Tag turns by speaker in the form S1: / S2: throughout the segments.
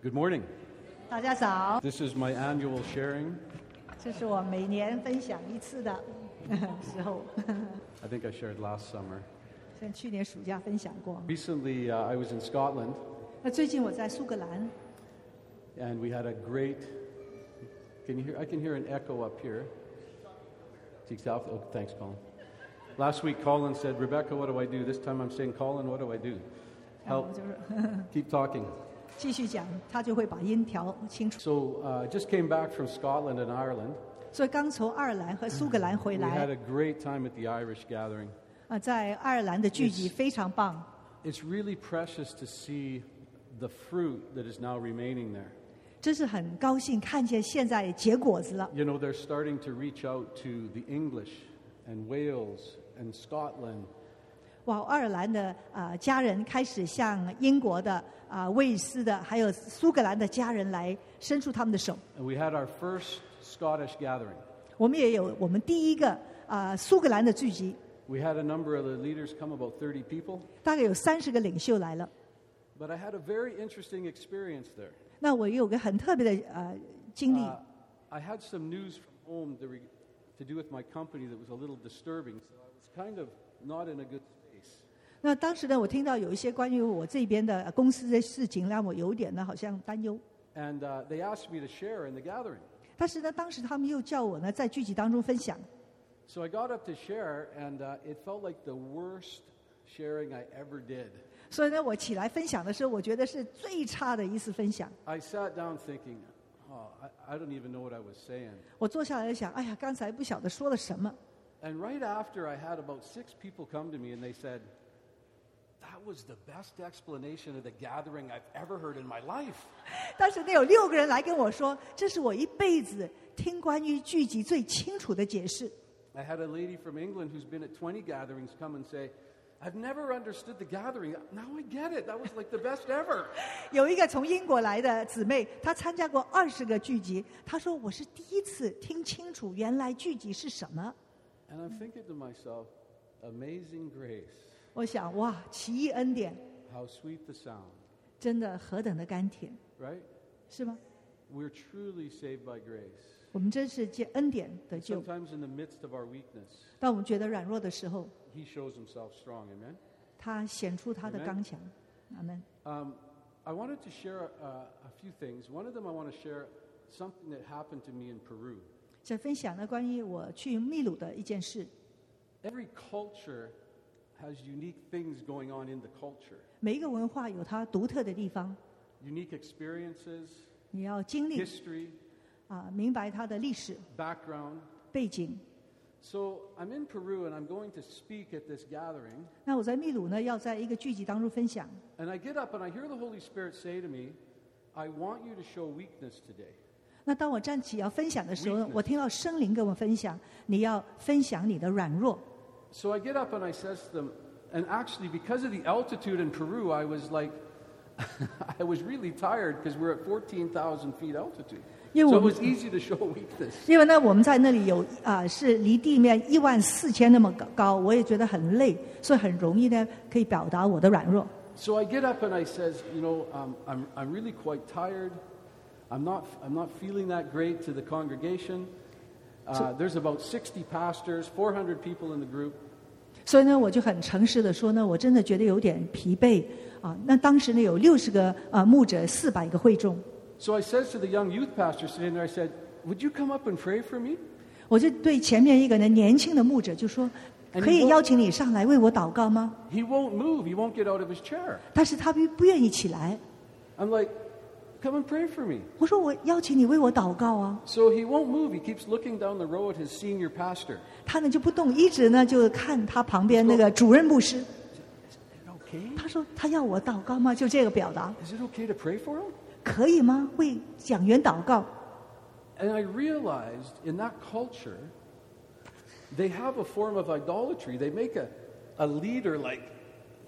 S1: Good morning.
S2: 大家早，
S1: This is my annual sharing.
S2: 这是我每年分享一次的 时候。
S1: I think I shared last summer.
S2: 像去年暑假分享过。
S1: Recently, uh, I was in Scotland
S2: 那最近我在苏格兰，
S1: and we had a great. Can you hear? I can hear an echo up here. It's South. Oh, thanks, Colin. Last week, Colin said, "Rebecca, what do I do?" This time, I'm saying, "Colin, what do I do?"
S2: 然后
S1: Help.
S2: 我就是
S1: Keep talking.
S2: 继续讲，他就会把音调清楚。
S1: So, uh, just came back from Scotland and Ireland.
S2: 所以刚从爱尔兰和苏格兰回
S1: We had
S2: 来
S1: a great time at the Irish gathering.
S2: 啊，在爱尔兰的聚集
S1: Yes.
S2: 非常棒。
S1: It's really precious to see the fruit that is now remaining there.
S2: 真是很高兴看见现在结果子了。
S1: You know, they're starting to reach out to the English and Wales and Scotland.
S2: 哇，爱尔兰的啊、家人开始向英国的啊、威尔斯的还有苏格兰的家人来伸出他们的手。
S1: And we had our first Scottish gathering.
S2: 我们也有我们第一个啊、苏格兰的聚集，
S1: We had a number of the leaders come, about 30 people.
S2: 大概有三十个领袖来了。
S1: But I had a very interesting experience there.
S2: 那我有个很特别的呃经历，
S1: Uh, I had some news from home to, re- to do with my company that was a little disturbing, so I was kind of not in a good space.
S2: 那当时呢，我听到有一些关于我这边的呃公司的事情，啊让我有点呢好像担忧。
S1: And uh, they asked me to share in the gathering.
S2: 但是呢，当时他们又叫我呢在聚集当中分享，
S1: So I got up to share, and uh, it felt like the worst sharing I ever did.
S2: 所以呢，我起来分享的时候，我觉得是最差的一次分享。
S1: I sat down thinking, oh, I, I don't even know what I was saying.
S2: 我坐下来想，哎呀，刚才不晓得说了什么。
S1: And right after, I had about six people come to me and they said, That was the best explanation of the gathering I've ever heard in my life.
S2: 但是呢，有六个人来跟我说，这是我一辈子听关于聚集最清楚的解释。
S1: I had a lady from England who's been at 20 gatherings come and say, I've never understood the gathering. Now I get it. That was like the best ever.
S2: 有一个从英国来的姊妹，她参加过二十个剧集，她说我是第一次听清楚原来剧集是什么。
S1: And I'm thinking to myself, Amazing grace.
S2: 我想哇，奇异恩典
S1: How sweet the sound,
S2: 真的何等的甘甜，
S1: right?
S2: 是吗？
S1: We're truly saved by grace.
S2: 我们真是借恩典得救。
S1: Sometimes in the midst of our weakness,
S2: 当我们觉得软弱的时候，
S1: He shows himself strong, amen?
S2: 他显出他的
S1: Amen
S2: 刚强。阿门。
S1: Um, I wanted to share uh, a few things. One of them I want to share something that happened to me in Peru.
S2: 想分享呢，关于我去秘鲁的一件事。
S1: Every culture has unique things going on in the culture,
S2: 每一个文化有它独特的地方，
S1: unique experiences,
S2: 你要经历
S1: history,
S2: 啊，明白它的历史
S1: background.
S2: 背景。
S1: So I'm in Peru and I'm going to speak at this gathering.
S2: 那我在秘鲁呢，要在一个剧集当中分享。
S1: And I get up and I hear the Holy Spirit say to me, I want you to show weakness today.
S2: 那当我站起要分享的时候
S1: Weakness，
S2: 我听到生灵跟我分享，你要分享你的软弱。
S1: So I get up and I says to them, and actually because of the altitude in Peru, I was like, I was really tired because we're at 14,000 feet altitude.
S2: Yeah,
S1: so
S2: well-
S1: it was easy to show weakness.
S2: 因为呢，我们在那里有啊、是离地面一万四千那么高高，我也觉得很累，所以很容易呢可以表达我的软弱。
S1: So I get up and I says, you know, um, I'm, I'm really quite tired. I'm not, I'm not feeling that great to the congregation. Uh, there's about 60 pastors, 400 people in the group.
S2: 所以呢，我就很诚实的说呢，我真的觉得有点疲惫啊。那当时呢，有六十个啊牧者，四百个会众，
S1: So I says to the young youth pastor sitting there, I said, would you come up and pray for me?
S2: 我就对前面一个呢年轻的牧者就说，
S1: And
S2: 可以
S1: what-
S2: 邀请哎你上来为我祷告吗？
S1: He won't move. He won't get out of his chair.
S2: 但是他不不愿意起来。
S1: I'm like, come and pray for me.
S2: 我说我邀请你为我祷告啊。
S1: So he won't move. He keeps looking down the row at his senior pastor.
S2: 他呢就不动，一直呢就看他旁边那个主任牧师。
S1: Is it okay?
S2: 他说他要我祷告吗？就这个表达
S1: Is it okay to pray for him?
S2: 可以吗？为讲员祷告。
S1: And I realized in that culture, they have a form of idolatry. They make a, a leader like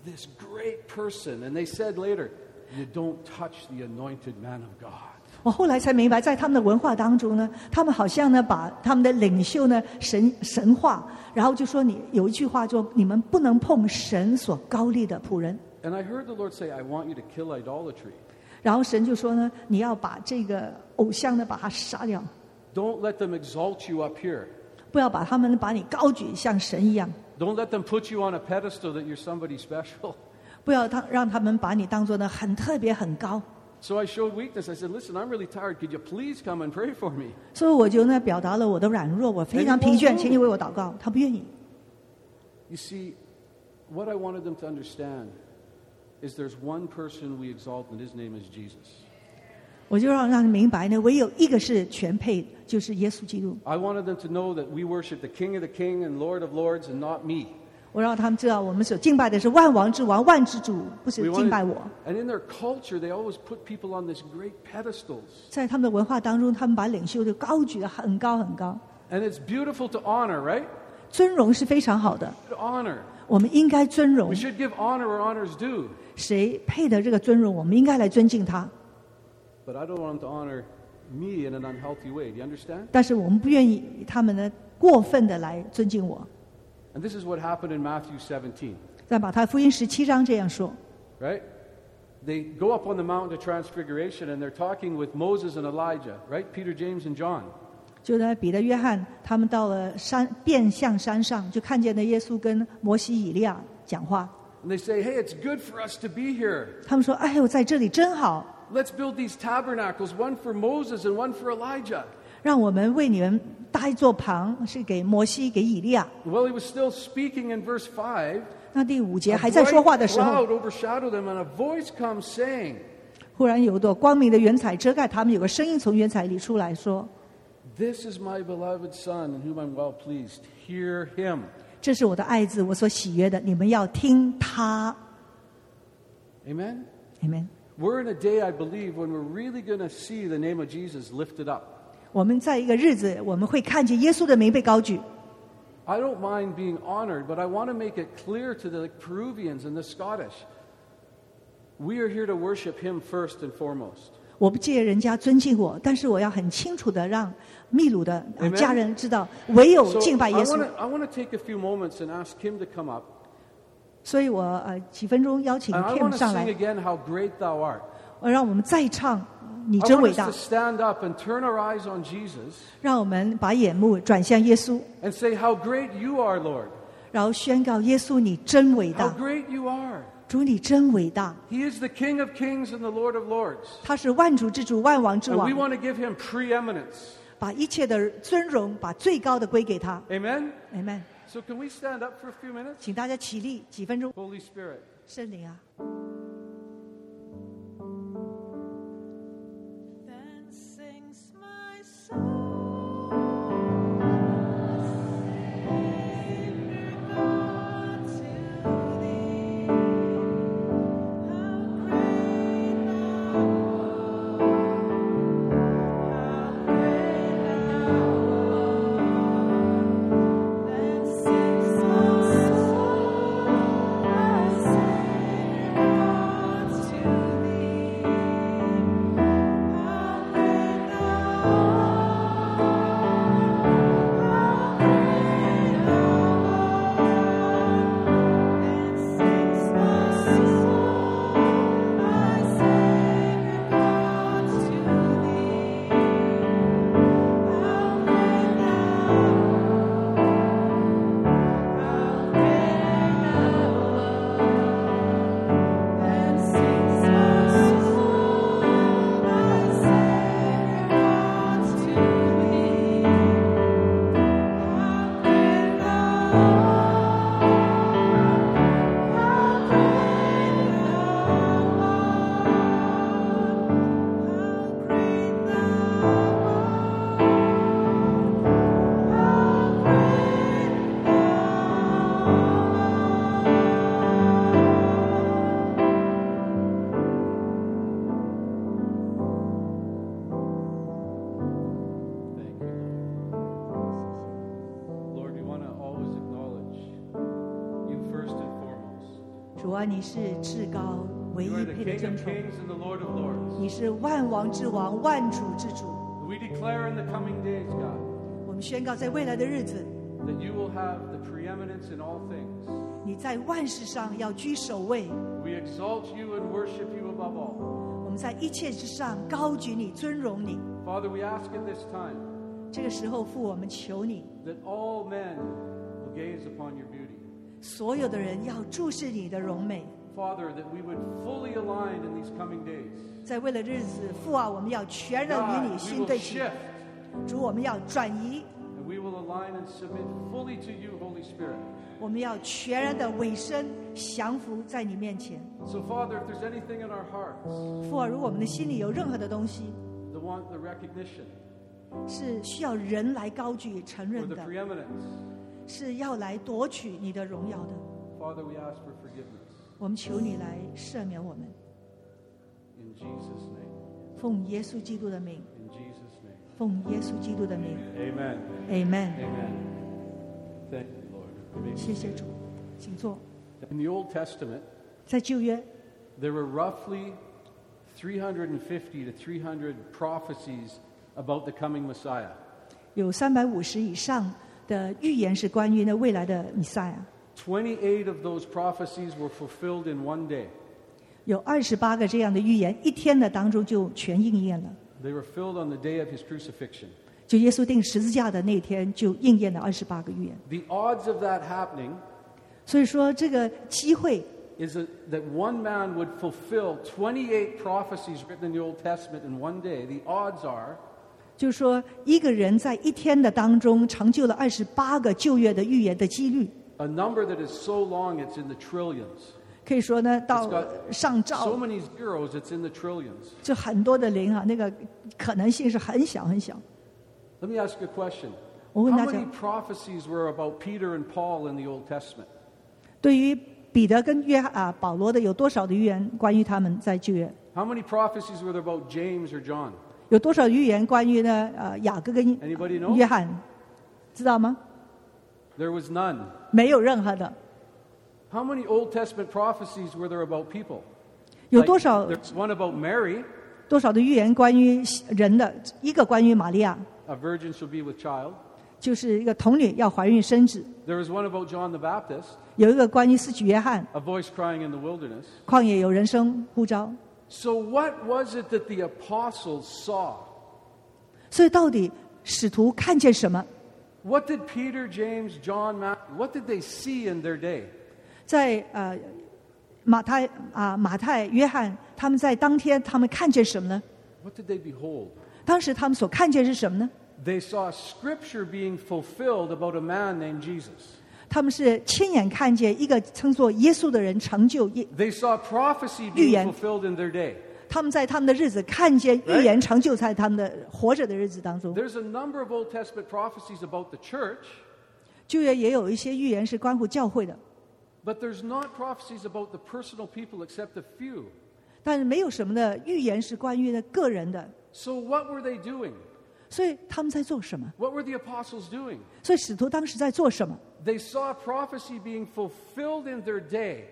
S1: this great person. And they said later, you don't touch the anointed man of God.
S2: 我后来才明白，在他们的文化当中呢，他们好像呢把他们的领袖呢神神化，然后就说你有一句话就你们不能碰神所高立的仆人。
S1: And I heard the Lord say, I want you to kill idolatry.
S2: 然后神就说呢，你要把这个偶像呢把他杀掉，
S1: Don't let them exalt you up here.
S2: 不要把他们把你高举像神一样，
S1: Don't let them put you on a pedestal that you're somebody special.
S2: 不要他让他们把你当做呢很特别很高。
S1: So I showed weakness. I said, Listen, I'm really tired. Could you please come and pray for me?
S2: 所以我就呢表达了我的软弱，我非常疲
S1: 哎
S2: 倦，
S1: 你
S2: 请你为我祷告。他不愿意。
S1: You see, what I wanted them to understand is there's one person we exalt, and his name is Jesus.
S2: 我就要让人明白呢，唯有一个是全配的，就是耶稣基督。
S1: I wanted them to know that we worship the King of the King and Lord of Lords and not me.
S2: 我让他们知道，我们所敬拜的是万王之王、万之主，不
S1: We
S2: 是敬拜我。
S1: and in their culture, they always put people on this great pedestals.
S2: 在他们的文化当中，他们把领袖就高举得很高很高，
S1: And it's beautiful to honor, right?
S2: 尊荣是非常好的。
S1: To honor.
S2: 我们应该尊荣
S1: We，should give honor where honor's due.
S2: 谁配得这个尊荣，我们应该来尊敬他。
S1: But I don't want them to honor me in an unhealthy way. Do you understand?
S2: 但是我们不愿意他们呢过分的来尊敬我。
S1: And this is what happened in Matthew 17,
S2: 在马太福音十七章这样说，
S1: right? They go up on the mountain of transfiguration and they're talking with Moses and Elijah, right? Peter, James, and John.
S2: 就在彼得、约翰他们到了山变相山上，就看见了耶稣跟摩西、以利亚讲话。
S1: And they say, Hey, it's good for us to be here.
S2: 他们说：“哎呦，在这里真好，
S1: Let's build these tabernacles, one for Moses and one for Elijah.
S2: 让我们为你们搭一座棚，是给摩西、给以利亚。
S1: While he was still speaking in verse 5, ”
S2: 那第五节
S1: a
S2: 还在说话的
S1: bright
S2: 时候
S1: cloud，overshadowed them, and a voice comes saying,
S2: 忽然有一朵光明的云彩遮盖他们，有个声音从云彩里出来说
S1: This is my beloved Son, in whom I'm well pleased. Hear him.：“
S2: 这是我的爱子，我所喜悦的，你们要听他。
S1: Amen? ”
S2: Amen。
S1: We're in a day, I believe, when we're really going to see the name of Jesus lifted up.
S2: 我们在一个日子，我们会看见耶稣的名被高举。
S1: I don't mind being honored, but I want to make it clear to the Peruvians and the Scottish we are here to worship him first and foremost.
S2: 我不介意人家尊敬我，但是我要很清楚的让秘鲁的呃
S1: Amen
S2: 家人知道，唯有
S1: So
S2: 敬
S1: I
S2: 拜耶稣。
S1: want to I want to take a few moments and ask him to come up.
S2: 所以我呃几分钟邀请
S1: And I want
S2: Kim
S1: to
S2: 上
S1: sing
S2: 来，
S1: again how great thou art.
S2: 呃让我们再唱呃“你
S1: I
S2: 真
S1: want
S2: 伟
S1: us
S2: 大
S1: to stand up and turn our eyes on Jesus ”，
S2: 让我们把眼目转向耶稣，
S1: and say how great you are, Lord.
S2: 然后宣告：“耶稣，你真伟
S1: How
S2: 大，
S1: great you are.
S2: 主你真伟大。
S1: He is the King of Kings and the Lord of Lords. ”
S2: 他是万主之主，万王之
S1: And we
S2: 王，
S1: want to give him preeminence.
S2: 把一切的尊荣，把最高的归给他。
S1: Amen?
S2: Amen。
S1: So can we stand up for a few minutes?
S2: 请大家起立，几分钟，
S1: Holy Spirit.
S2: 圣灵啊。
S3: Then sings my soul.
S1: Thank you, Lord. Lord, we want to always acknowledge you first and foremost.
S2: 主啊，你是至高唯
S1: You are
S2: 一
S1: the
S2: 配得
S1: King
S2: 尊
S1: of
S2: 崇，
S1: Kings and the Lord of Lords.
S2: 你是万王之王，万主之主。
S1: We declare in the coming days, God,
S2: 我们宣告，在未来的日子，
S1: that you will have the preeminence in all things.
S2: 你在万事上要居首位。
S1: We exalt you and worship you above all.
S2: 我们在一切之上高举你、尊荣你。
S1: Father, we ask at this time
S2: 这个时候，父，我们求你，
S1: that all men will gaze upon your beauty.
S2: 所有的人要注视你的荣美。
S1: Father, that we would fully align in these coming days.
S2: 在未来日子，父啊，我们要全然与
S1: God,
S2: 你
S1: we
S2: 心
S1: will
S2: 对齐。
S1: shift
S2: 主，我们要转移，
S1: and we will align and submit fully to you, Holy Spirit.
S2: 我们要全然的委身降服在你面前。
S1: So, Father, if there's anything in our hearts
S2: 父啊，如果我们的心里有任何的东西
S1: that want the recognition
S2: 是需要人来高举承
S1: or
S2: 认
S1: the
S2: 的，
S1: preeminence,
S2: 是要来夺取你的荣耀的，
S1: Father, we ask for forgiveness.
S2: 我们求你来赦免我们。
S1: In Jesus' name.
S2: 奉耶稣基督的名，
S1: In Jesus' name.
S2: 奉耶稣基督的名
S1: Amen.
S2: ，Amen。
S1: Amen. Thank you, Lord. You may be
S2: 谢谢主，请坐。
S1: In the Old Testament,
S2: 在旧约，
S1: there were roughly 350 to 300 prophecies about the coming Messiah.
S2: 有三百五十以上的预言是关于那未来的弥赛亚，
S1: 28 of those prophecies were fulfilled in one day.
S2: 有二十八个这样的预言，一天的当中就全应验了。
S1: They were filled on the day of his crucifixion.
S2: 就耶稣定十字架的那天，就应验了二十八个预言。
S1: The odds of that happening
S2: 所以说，这个机会
S1: is that that one man would fulfill 28 prophecies written in the Old Testament in one day. The odds are
S2: 就是说，一个人在一天的当中成就了二十八个旧约的预言的几率，
S1: a number that is so long it's in the trillions.
S2: 可以说呢，到
S1: It's got
S2: 上
S1: So
S2: 兆
S1: many zeros, it's in the trillions.
S2: 就很多的零啊，那个可能性是很小很小。
S1: Let me ask you a question. How
S2: 我问大家。
S1: many prophecies were about Peter and Paul in the Old Testament?
S2: 对于彼得跟约翰啊保罗的有多少的预言关于他们在旧约？
S1: How many prophecies were there about James or John?
S2: 有多少预言关于呢？呃，雅各跟
S1: Anybody know？
S2: 约翰，知道吗？
S1: There was none.
S2: 没有任何的。
S1: How many Old Testament prophecies were there about people?
S2: 有
S1: Like,
S2: 多少
S1: there's one about Mary,
S2: 多少的预言关于人的？一个关于玛利亚，
S1: a virgin shall be with child.
S2: 就是一个童女要怀孕生子；
S1: There was one about John the Baptist,
S2: 有一个关于四举约翰，
S1: a voice crying in the wilderness.
S2: 旷野有人声呼召。
S1: So, what was it that the apostles saw?
S2: 所以到底使徒看见什么？
S1: What did Peter, James, John, Matthew, what did they see in their day?
S2: 在呃马太啊、马太、约翰他们在当天他们看见什么呢？
S1: What did they behold?
S2: 当时他们所看见是什么呢？
S1: They saw scripture being fulfilled about a man named Jesus.
S2: 他们是亲眼看见一个称作耶稣的人成就耶，
S1: They saw prophecy being
S2: 预言。
S1: fulfilled in their day.
S2: 他们在他们的日子看见预言成就在他们的活着的日子当中。
S1: There's a number of Old Testament prophecies about the church,
S2: 旧约也有一些预言是关乎教会的，
S1: but there's not prophecies about the personal people except a few.
S2: 但是没有什么的预言是关于的个人的。
S1: So what were they doing?
S2: 所以他们在做什么？
S1: What were the apostles doing?
S2: 所以使徒当时在做什么？
S1: They saw prophecy being fulfilled in their day,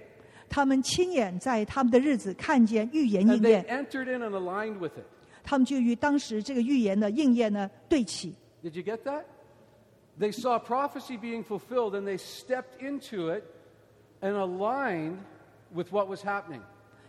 S2: 他们亲眼在他们的日子看见预言应
S1: and they
S2: 验，
S1: entered in and aligned with it.
S2: 他们就与当时这个预言的应验呢对齐。
S1: Did you get that? They saw prophecy being fulfilled and they stepped into it and aligned with what was happening.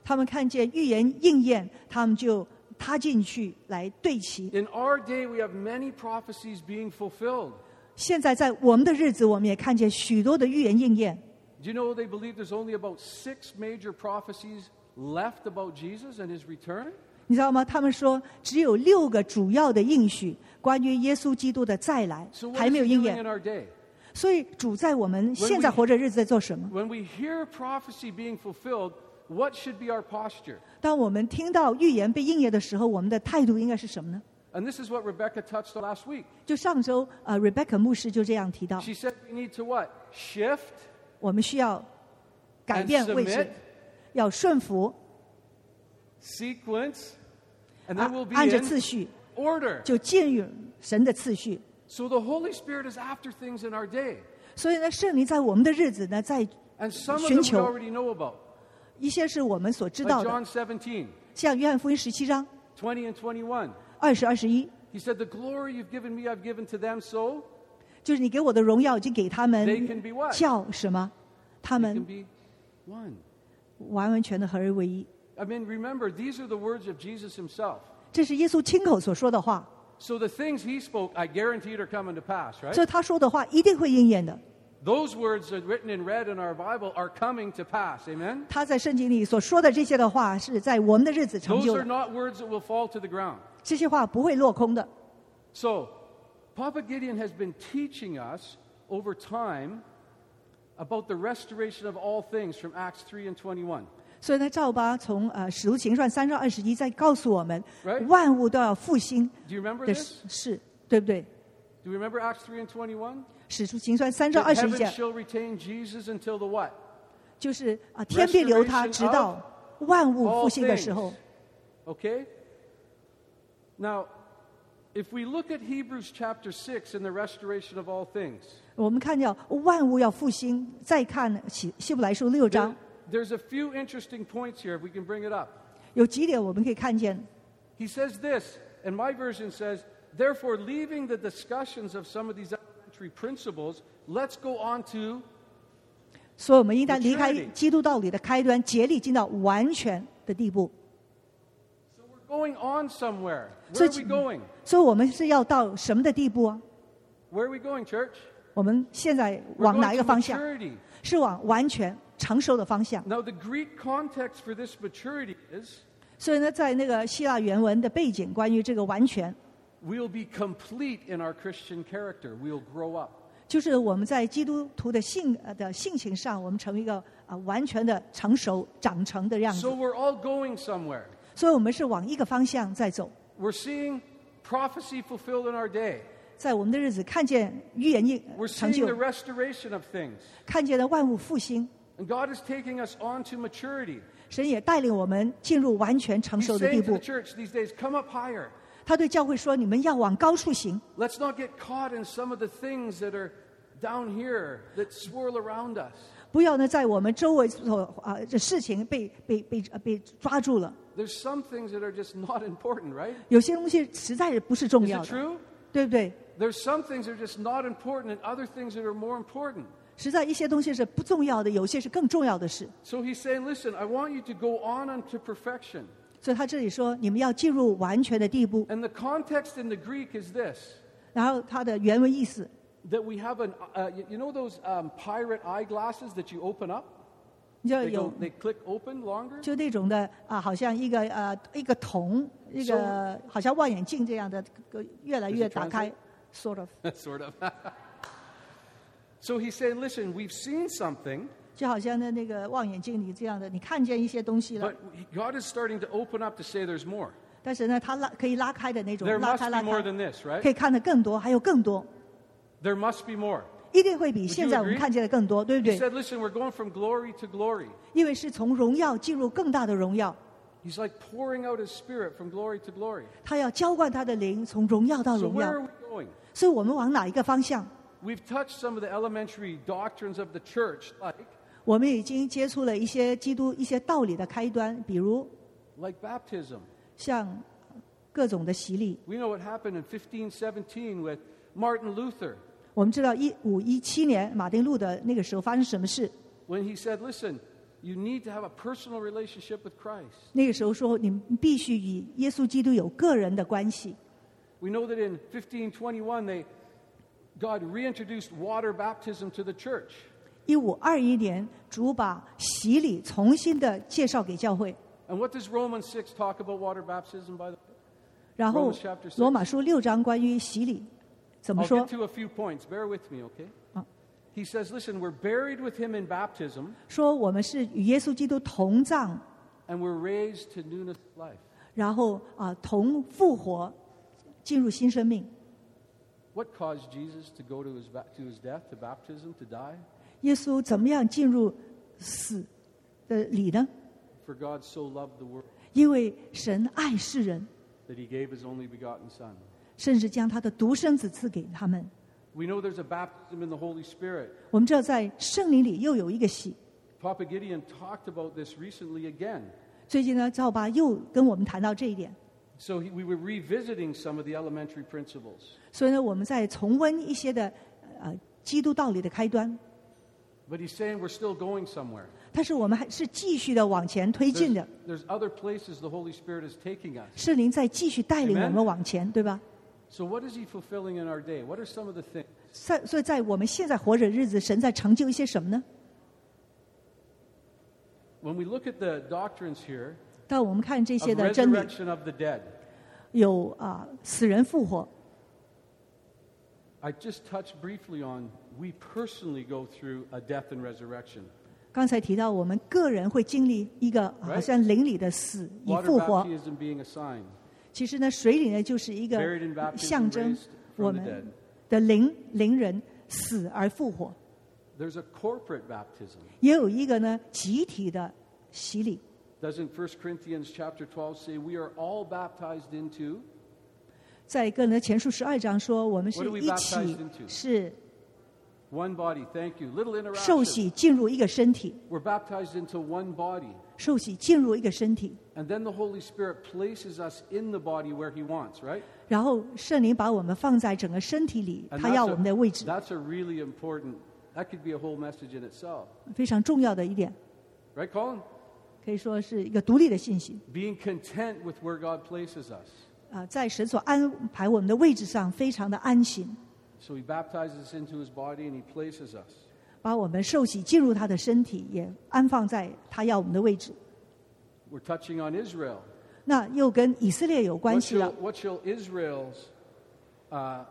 S2: 他们看见预言应验，他们就踏进去来对齐。
S1: In our day, we have many prophecies being fulfilled.
S2: 现在在我们的日子，我们也看见许多的预言应验。
S1: Do you know they believe there's only about six major prophecies left about Jesus and his return?
S2: 你知道吗？他们说只有六个主要的应许关于耶稣基督的再来
S1: So,
S2: 还
S1: what
S2: 没
S1: is
S2: 有
S1: he
S2: 应
S1: doing in
S2: 验，
S1: our day?
S2: 所以主在我们
S1: When we-
S2: 现在活着日子在做什么？
S1: When we hear prophecy being fulfilled, what should be our posture?
S2: 当我们听到预言被应验的时候，我们的态度应该是什么呢？
S1: And this is what Rebecca touched on last week.
S2: 就上周呃，Rebecca 牧师就这样提到，
S1: She said we need to what? Shift
S2: 我们需要改变
S1: And submit.
S2: 位置，要顺服
S1: sequence, and
S2: 啊
S1: then we'll，be
S2: 按着
S1: in
S2: 次序
S1: order.
S2: 就进入神的次序。
S1: So the Holy Spirit is after things in our day,
S2: 所以呢，圣灵在我们的日子呢，在
S1: and some of them we
S2: 寻求。
S1: already know about,
S2: 一些是我们所知
S1: like
S2: 道的，
S1: John 17,
S2: 像约翰福音十七章
S1: 20 and 21.
S2: 二十二十一，
S1: He said, "The glory you've given me, I've given to them, so
S2: 就是你给我的荣耀已经给他们
S1: They can be what？
S2: 叫什么？他
S1: they can
S2: 们
S1: be one."
S2: 完完全的合而为一。
S1: I mean, remember, these are the words of Jesus himself.
S2: 这是耶稣亲口所说的话，
S1: So the things he spoke, I guaranteed, are coming to pass, right?
S2: 所以他说的话一定会应验的。
S1: Those words that are written in red in our Bible are coming to pass. Amen?
S2: 他在圣经里所说的这些的话，是在我们的日子成
S1: Those
S2: 就
S1: are
S2: 的，
S1: not words that will fall to the ground.
S2: 这些话不会落空的。
S1: So, Papa Gideon has been teaching us over time about the restoration of all things from Acts 3 and 21.
S2: 所以呢，赵巴从呃《使徒行传》三章二十一再告诉我们
S1: Right.，
S2: 万物都要复兴
S1: Do you remember
S2: 的
S1: this?
S2: 事，是对不对？《
S1: Do you remember Acts 3 and 21?
S2: 使徒行传》三章
S1: That
S2: 二十一
S1: heaven
S2: 节
S1: shall retain Jesus until the what?
S2: 就是啊，天必留他，直到万物
S1: All
S2: 复兴的
S1: things.
S2: 时候。
S1: Okay? Now, if we look at Hebrews chapter 6 and the restoration of all things,
S2: 我们看到万物要复兴，再看希希伯来书六
S1: there-
S2: 章，
S1: there's a few interesting points here if we can bring it up.
S2: 有几点我们可以看见。
S1: He says this, and my version says, therefore, leaving the discussions of some of these elementary principles, let's go on to
S2: 所以我们应当离开
S1: Maturity.
S2: 基督道理的开端，竭力进到完全的地步。
S1: we're going on somewhere. Where are
S2: 所以-
S1: we going?
S2: 所以我们是要到什么的地步啊？
S1: Where are we going, church?
S2: 我们现在
S1: We're
S2: 往
S1: going
S2: 哪一
S1: to
S2: 个方向？
S1: maturity.
S2: 是往完全成熟的方向。
S1: Now, the Greek context for this maturity is
S2: 所以呢，在那个希腊原文的背景，关于这个完全，
S1: we'll be complete in our Christian character. We'll grow up.
S2: 就是我们在基督徒的性呃的性情上，我们成为一个啊、呃完全的成熟长成的样子
S1: So。we're all going somewhere.
S2: 所以我们是往一个方向在走，
S1: We're seeing prophecy fulfilled in our day.
S2: 在我们的日子看见预言应
S1: We're
S2: 成
S1: seeing
S2: 就
S1: the，restoration of things.
S2: 看见了万物复兴。
S1: And God is taking us on to maturity.
S2: 神也带领我们进入完全成
S1: He's
S2: 熟的地
S1: saying to
S2: 步
S1: the。church these days, come up higher.
S2: 他对教会说：“你们要往高处行，
S1: Let's not get caught in some of the things that are down here that swirl around us.
S2: 不要呢在我们周围所啊、这事情被被被呃被抓住了。
S1: There's some things that are just not important, right?
S2: 有些东西实在是不是重
S1: Is
S2: 要
S1: it
S2: 的，
S1: true?
S2: 对不对？
S1: There's some things that are just not important and other things that are more important.
S2: 实在一些东西是不重要的，有些是更重要的事。
S1: So he's saying, listen, I want you to go on unto perfection.
S2: 所以他这里说，你们要进入完全的地步。
S1: And the context in the Greek is this
S2: 然后他的原文意思
S1: that we have an, uh, you- you know, those um, pirate eyeglasses that you open up?
S2: 你知道
S1: They,
S2: 有
S1: go, they click open longer?
S2: 就那种的啊，好像一个呃一个铜，一个好像望远镜这样的，呃越来越
S1: Is it
S2: 打开
S1: translate?
S2: ，sort of，
S1: sort of. so he's saying, listen, we've seen something,
S2: 就好像呢那个望远镜里这样的，你看见一些东西了，
S1: but God is starting to open up to say there's more.
S2: 但是呢，它拉可以拉开的那种
S1: There，
S2: 拉
S1: must
S2: 开拉
S1: be more
S2: 开，
S1: than this,
S2: 可
S1: right?
S2: 以看得更多，还有更多，
S1: There must be more.
S2: 一定会比
S1: you
S2: 现在我们
S1: agree?
S2: 看见的更多，对不
S1: He
S2: 对？
S1: said, listen, we're going from glory to glory.
S2: 因为是从荣耀进入更大的荣耀，
S1: He's like pouring out his spirit from glory to glory.
S2: 他要浇灌他的灵，从荣耀到
S1: So
S2: 荣
S1: where are
S2: 耀。
S1: we going?
S2: 所以我们往哪一个方向？
S1: We've touched some of the elementary doctrines of the church, like,
S2: 我们已经接触了一些基督一些道理的开端，比如
S1: like baptism.
S2: 像各种的洗礼。
S1: We know what happened in 1517 with Martin Luther
S2: 我们知道一五一七年马丁路德那个时候发生什么事？
S1: when he said, listen, you need to have a personal relationship with Christ.
S2: 那个时候说，你们必须与耶稣基督有个人的关系。
S1: We know that in 1521 they God reintroduced water baptism to the church.
S2: 一五二一年，主把洗礼重新的介绍给教会，
S1: And what does Romans 6 talk about water baptism by the way?
S2: 然后
S1: Romans chapter six
S2: 罗马书六章关于洗礼怎么
S1: I'll
S2: 说
S1: get？to a few points. Bear with me, okay?
S2: Oh.
S1: He says, listen, we're buried with him in baptism
S2: 说我们是与耶稣基督同葬，
S1: and we're raised to newness of life.
S2: 然后啊、同复活，进入新生命。
S1: What caused Jesus to go to his, ba- to his death, to baptism, to die?
S2: 耶稣怎么样进入死的里呢？
S1: For God so loved the world
S2: 因为神爱世人，
S1: that he gave his only begotten Son.
S2: 甚至将他的独生子赐给他们。
S1: We know there's a baptism in the Holy Spirit.
S2: 我们知道，在圣灵里又有一个喜。
S1: Papa Gideon talked about this recently again.
S2: 最近呢，赵巴又跟我们谈到这一点，
S1: So he, we were revisiting some of the elementary principles.
S2: 所以呢，我们在重温一些的呃基督道理的开端。
S1: But he's saying we're still going somewhere.
S2: 但是我们还是继续的往前推进
S1: There's,
S2: 的，
S1: there's other places the Holy Spirit is taking us.
S2: 圣灵在继续带领
S1: Amen
S2: 我们往前，对吧？
S1: So, what is he fulfilling in our day? What are some of the things?
S2: 在所以在我们现在活着的日子，神在成就一些什么呢？
S1: When we look at the doctrines here
S2: 当我们看这
S1: of
S2: 些的真理，
S1: resurrection of the dead,
S2: 有啊、死人复活。
S1: I just touched briefly on we personally go through a death and resurrection.
S2: 刚才提到，我们个人会经历一个啊
S1: Right
S2: 好像灵里的死与
S1: Water
S2: 复活。
S1: baptism being a sign.
S2: 其实呢，水里呢就是一个
S1: Buried in baptism,
S2: 象征
S1: raised from the
S2: 我们的灵灵人死而复活，
S1: There's a corporate baptism.
S2: 也有一个呢集体的洗礼。
S1: Doesn't 1 Corinthians chapter 12 say we are all baptized into?
S2: 在一个呢前述十二章说，我们
S1: What
S2: 是
S1: are we
S2: 一起
S1: baptized into?
S2: 是
S1: One body, thank you. Little
S2: 受
S1: interaction.
S2: 洗进入一个身体，
S1: We're baptized into one body.
S2: 受洗进入一个身体，
S1: And then the Holy Spirit places us in the body where He wants, right?
S2: 然后圣灵把我们放在整个身体里，
S1: And
S2: 他要我们的位
S1: that's, a,
S2: 置，
S1: that's a really important, that could be a whole message in itself.
S2: 非常重要的一点，
S1: Right, Colin?
S2: 可以说是一个独立的信息
S1: Being content with where God places us.
S2: 啊、在神所安排我们的位置上，非常的安心，
S1: So He baptizes us into His body and He places us.
S2: 把我们受洗进入他的身体，也安放在他要我们的位置。
S1: We're touching on Israel.
S2: 那又跟以色列有关
S1: What
S2: 系了
S1: shall,。what shall Israel's uh,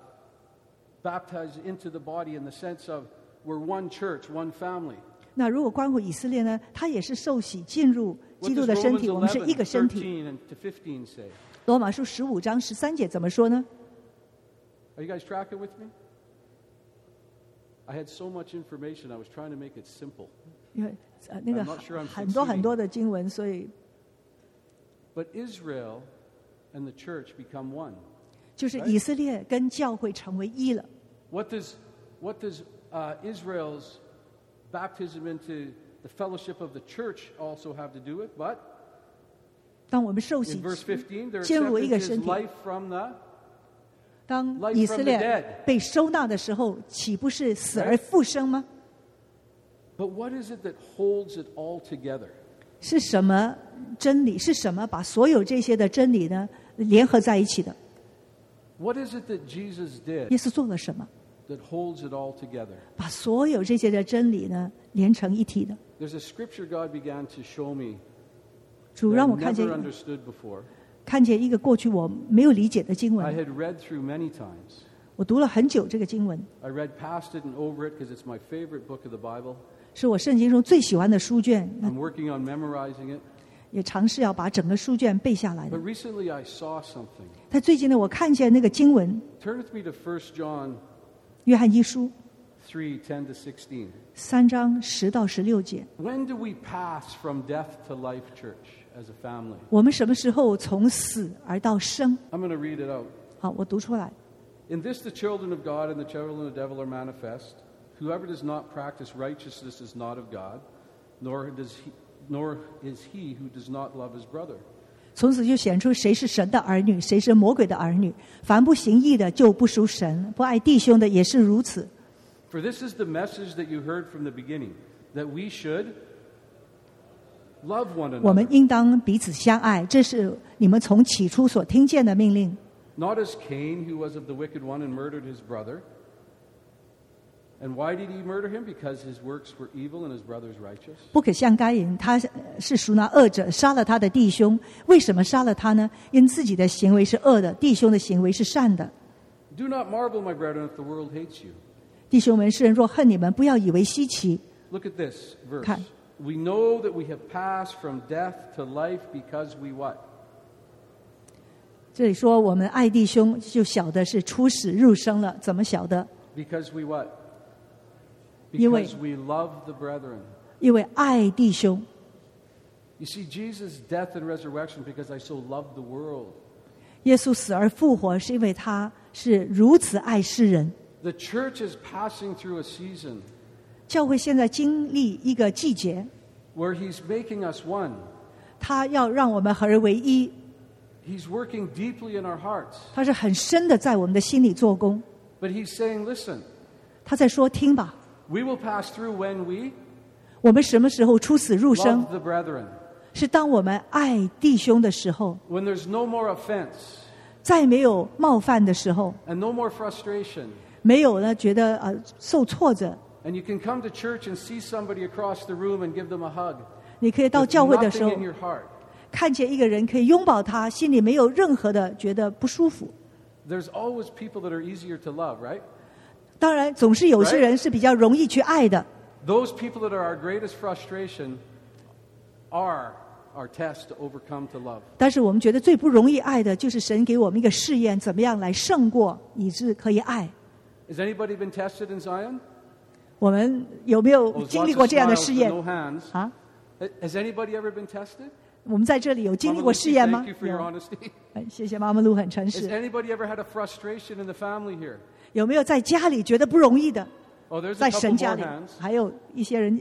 S1: baptize into the body in the sense of we're one church, one family?
S2: 那如果关乎以色列呢，他也是受洗进入
S1: What
S2: 基督
S1: does
S2: 的身
S1: Romans
S2: 体，我们是一
S1: 11,
S2: 个身体。
S1: 13 and to 15 say?
S2: 罗马书十五章十三节怎么说呢？
S1: Are you guys tracking with me? I had so much information, I was trying to make it simple.
S2: 因为呃那
S1: I'm
S2: 个
S1: not sure I'm
S2: 很多
S1: succeeding.
S2: 很多的经文，所以
S1: But Israel and the church become one.
S2: 就是
S1: Right.
S2: 以色列跟教会成为一了。
S1: What does, what does uh, Israel's baptism into the fellowship of the church also have to do with? But
S2: 当我们受洗
S1: in verse 15, they're
S2: 进入
S1: accepted
S2: 一个
S1: his
S2: 身体，
S1: life from the
S2: 当
S1: life
S2: 以色
S1: from the
S2: 列
S1: dead.
S2: 被收纳的时候，岂不是死
S1: Right.
S2: 而复生吗？
S1: But what is it that holds it all together?
S2: 是什么真理？是什么把所有这些的真理呢联合在一起的？
S1: What is it that Jesus did
S2: 耶稣做了什么？
S1: that holds it all together?
S2: 把所有这些的真理呢连成一体的。
S1: There's a scripture God began to show me
S2: 主
S1: that
S2: 让
S1: I
S2: 我看见
S1: never understood before.
S2: 看见一个过去我没有理解的经
S1: I
S2: 文，
S1: had read through many times.
S2: 我读了很久这个经文，
S1: I read past it and over it because it's my favorite book of the Bible.
S2: 是我圣经中最喜欢的书卷，那
S1: I'm working on memorizing it.
S2: 也尝试要把整个书卷背下来
S1: But
S2: 的。
S1: recently I saw something.
S2: 但最近呢，我看见那个经文《
S1: Turn with me to 1 John
S2: 约翰一书》
S1: 3 10 to 16.
S2: 三章十到十六节，
S1: When do we pass from death to life, church, as a family?
S2: 我们什么时候从死而到生？
S1: I'm going to read it out.
S2: 好，我读出来。
S1: In this, the children of God and the children of the devil are manifest. Whoever does not practice righteousness is not of God, nor, does he, nor is he who does not love his brother.
S2: 从此就显出谁是神的儿女，谁是魔鬼的儿女。凡不行义的，就不属神；不爱弟兄的，也是如此。
S1: For this is the message that you heard from the beginning that we should love one
S2: 我们
S1: another,
S2: 应当彼此相爱，这是你们从起初所听见的命令。
S1: not as Cain, who was of the wicked one and murdered his brother. And why did he murder him? Because his works were evil and his brother's righteous.
S2: 不可像该隐，他呃是属那恶者，杀了他的弟兄。为什么杀了他呢？因自己的行为是恶的，弟兄的行为是善的。
S1: Do not marvel, my brethren, if the world hates you.
S2: 弟兄们，世人若恨你们，不要以为稀奇。
S1: Look at this verse.
S2: Okay.
S1: We know that we have passed from death to life because we what?
S2: 这里说我们爱弟兄，就晓得是出死入生了。怎么晓得？
S1: Because we what?
S2: You
S1: Because
S2: wait.
S1: we love the brethren.
S2: 因为爱弟兄。
S1: You see, Jesus' death and resurrection, because I so loved the world.
S2: 耶稣死而复活，是因为他是如此爱世人。
S1: The church is passing through a season
S2: 教会现在经历一个季节，
S1: where he's making us one.
S2: 他要让我们合而为一，
S1: He's working deeply in our hearts.
S2: 他是很深的在我们的心里做工。
S1: But he's saying, listen,
S2: 他在说：“听吧，
S1: We will pass through when we
S2: 我们什么时候出死入生
S1: love？the brethren.
S2: 是当我们爱弟兄的时候，
S1: When there's no more offense
S2: 再没有冒犯的时候，
S1: and no more frustration.
S2: 没有呢觉得呃受挫折。
S1: And you can come to church and see somebody across the room and give them a hug.
S2: 你可以到
S1: With
S2: 教会的时
S1: nothing
S2: 候
S1: in your heart.
S2: 看见一个人，可以拥抱他，心里没有任何的觉得不舒服。
S1: There's always people that are easier to love, right?
S2: 当然，总是有些人是比较容易去爱的。
S1: Those people that are our greatest frustration are our test to overcome to love.
S2: 但是我们觉得最不容易爱的，就是神给我们一个试验，怎么样来胜过，以致可以爱。
S1: Has anybody been tested in Zion?
S2: 我们有没有
S1: Oh, there's
S2: 经历
S1: lots
S2: 过
S1: of
S2: 这样的
S1: smiles,
S2: 试
S1: but
S2: 验
S1: no hands.
S2: 啊？
S1: Has anybody ever been tested?
S2: 我们在这里有经历
S1: Mama
S2: 过
S1: Lucy,
S2: 试验吗
S1: Thank you？for
S2: 有
S1: your。honesty.
S2: 哎谢谢妈妈露很诚
S1: Has
S2: 实。
S1: anybody ever had a frustration in the family here?
S2: 有没有在家里觉得不容易的？
S1: Oh, there's
S2: 在
S1: a couple
S2: 神家
S1: more
S2: 里
S1: hands.，
S2: 还有一些人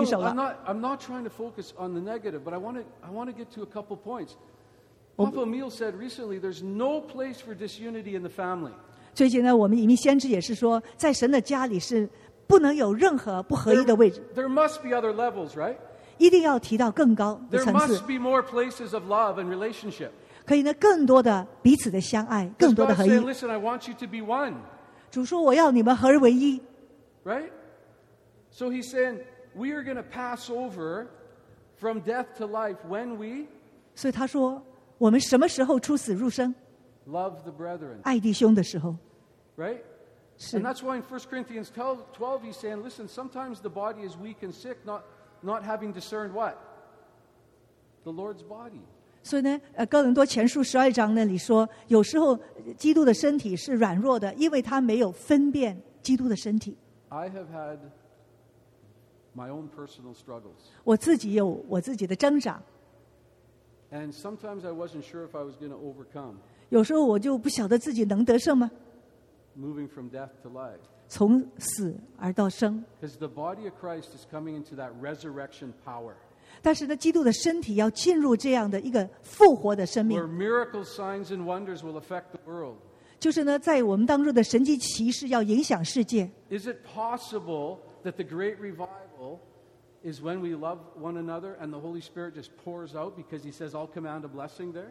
S1: No, 呃
S2: 手
S1: I'm
S2: 了。
S1: not, I'm not trying to focus on the negative, but I want to, I want to get to a couple points.
S2: Well,
S1: Papa Emil said recently there's no place for disunity in the family.
S2: 最近呢，我们以民先知也是说，在神的家里是不能有任何不合一的
S1: There,
S2: 位置，
S1: there must be other levels, right?
S2: 一定要提到更高的
S1: There
S2: 层次
S1: must，be more places of love and relationship.
S2: 可以呢更多的彼此的相爱，更
S1: Because
S2: 多的
S1: God
S2: 合
S1: said,
S2: 一。
S1: listen, I want you to be one,
S2: 主说我要你们合而为一，
S1: right? So he's saying we are going to pass over from death to life when we
S2: 所以他说我们什么时候出死入生，
S1: love the brethren,
S2: 爱弟兄的时候
S1: right?
S2: 是
S1: And。that's why in 1 Corinthians 12, 12, he's saying, listen, sometimes the body is weak and sick, not, not having discerned what? The Lord's body.
S2: 所以呢，呃，哥林多前书十二章那里说，有时候呃基督的身体是软弱的，因为他没有分辨基督的身体。
S1: I have had my own personal struggles.
S2: 我自己有我自己的挣扎，
S1: And sometimes I wasn't sure if I was going to overcome,
S2: 有时候我就不晓得自己能得胜吗？
S1: moving from death to life.
S2: 从死而到生，
S1: Because the body of Christ is coming into that resurrection power
S2: 但是呢，基督的身体要进入这样的一个复活的生命
S1: where，miracles, signs, and wonders will affect the world.
S2: 就是呢，在我们当中的神迹奇事要影响世界。
S1: Is it possible that the great revival is when we love one another and the Holy Spirit just pours out because He says, I'll command a blessing there?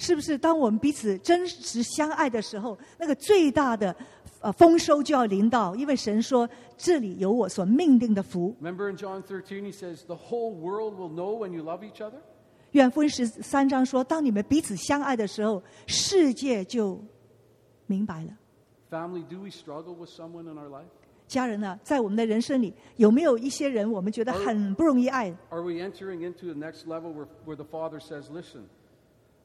S2: 是不是当我们彼此真实相爱的时候，那个最大的呃丰收就要临到？因为神说这里有我所命定的福。
S1: Remember in John 13, He says, The whole world will know when you love each other?
S2: 愿福音十三章说，当你们彼此相爱的时候，世界就明白了。
S1: Family, do we struggle with someone in our life?
S2: 家人呢、在我们的人生里，有没有一些人我们觉得很不容易爱？
S1: Are we entering into the next level where, where the Father says, Listen,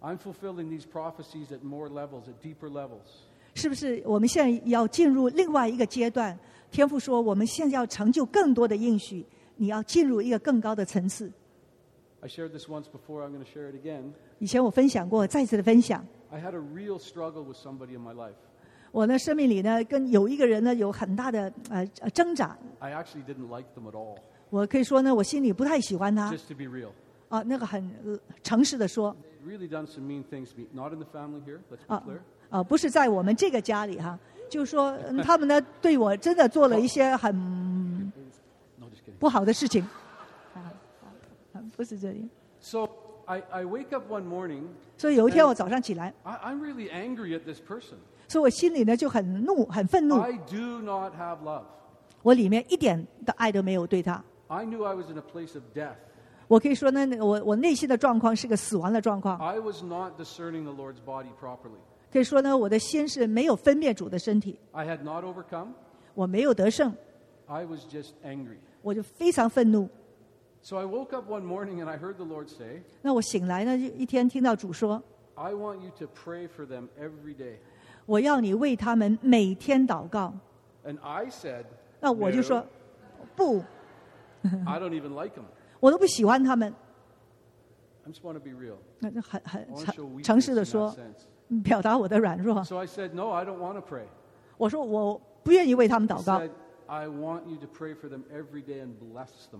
S1: I'm fulfilling these prophecies at more levels, at deeper levels?
S2: 是不是我们现在要进入另外一个阶段？天父说，我们现在要成就更多的应许，你要进入一个更高的层次。
S1: I shared this once before, I'm going to share it again.
S2: 以前我分享过，再次的分享。
S1: I had a real struggle with somebody in my life.
S2: 我呢，生命里呢，跟有一个人呢有很大的呃呃挣扎。
S1: I actually didn't like them at all,
S2: 我可以说呢，我心里不太喜欢他
S1: just to be real.
S2: 啊。那个很、呃诚实的说
S1: They'd really done some mean things to me. Not in the family here, let's be
S2: 啊
S1: clear.
S2: 啊，不是在我们这个家里哈、就是说、嗯他们呢对我真的做了一些很
S1: No, just kidding.
S2: 不好的事情。啊，啊不是这里。
S1: So I, I wake up one morning,
S2: 所以有一天我早上起来，
S1: I, I'm really angry at this person.
S2: 所以我心里呢就很怒、很愤怒，
S1: I do not have love.
S2: 我里面一点的爱都没有对他。
S1: I knew I was in a place of death.
S2: 我可以说呢，我我内心的状况是个死亡的状况。
S1: I was not discerning the Lord's body properly.
S2: 可以说呢，我的心是没有分辨主的身体，
S1: I had not overcome.
S2: 我没有得胜，
S1: I was just angry.
S2: 我就非常愤怒。
S1: So I woke up one morning and I heard the Lord say,
S2: 那我醒来呢，就一天听到主说
S1: I want you to pray for them every day.：“
S2: 我要你为他们每天祷告。
S1: And I said, ”
S2: 那我就
S1: "No,
S2: 说：“不，
S1: I don't even like them.
S2: 我都不喜欢他们。
S1: I just want to be real.
S2: 那”那很很
S1: I want to show
S2: 诚
S1: weakness
S2: 诚实
S1: in
S2: 的
S1: that
S2: 说，
S1: sense.
S2: 表达我的软弱。
S1: So I said, No, I don't want to pray.
S2: 我说我不愿意为他们
S1: I
S2: 祷告。
S1: said, I want you to pray for them every day and bless them.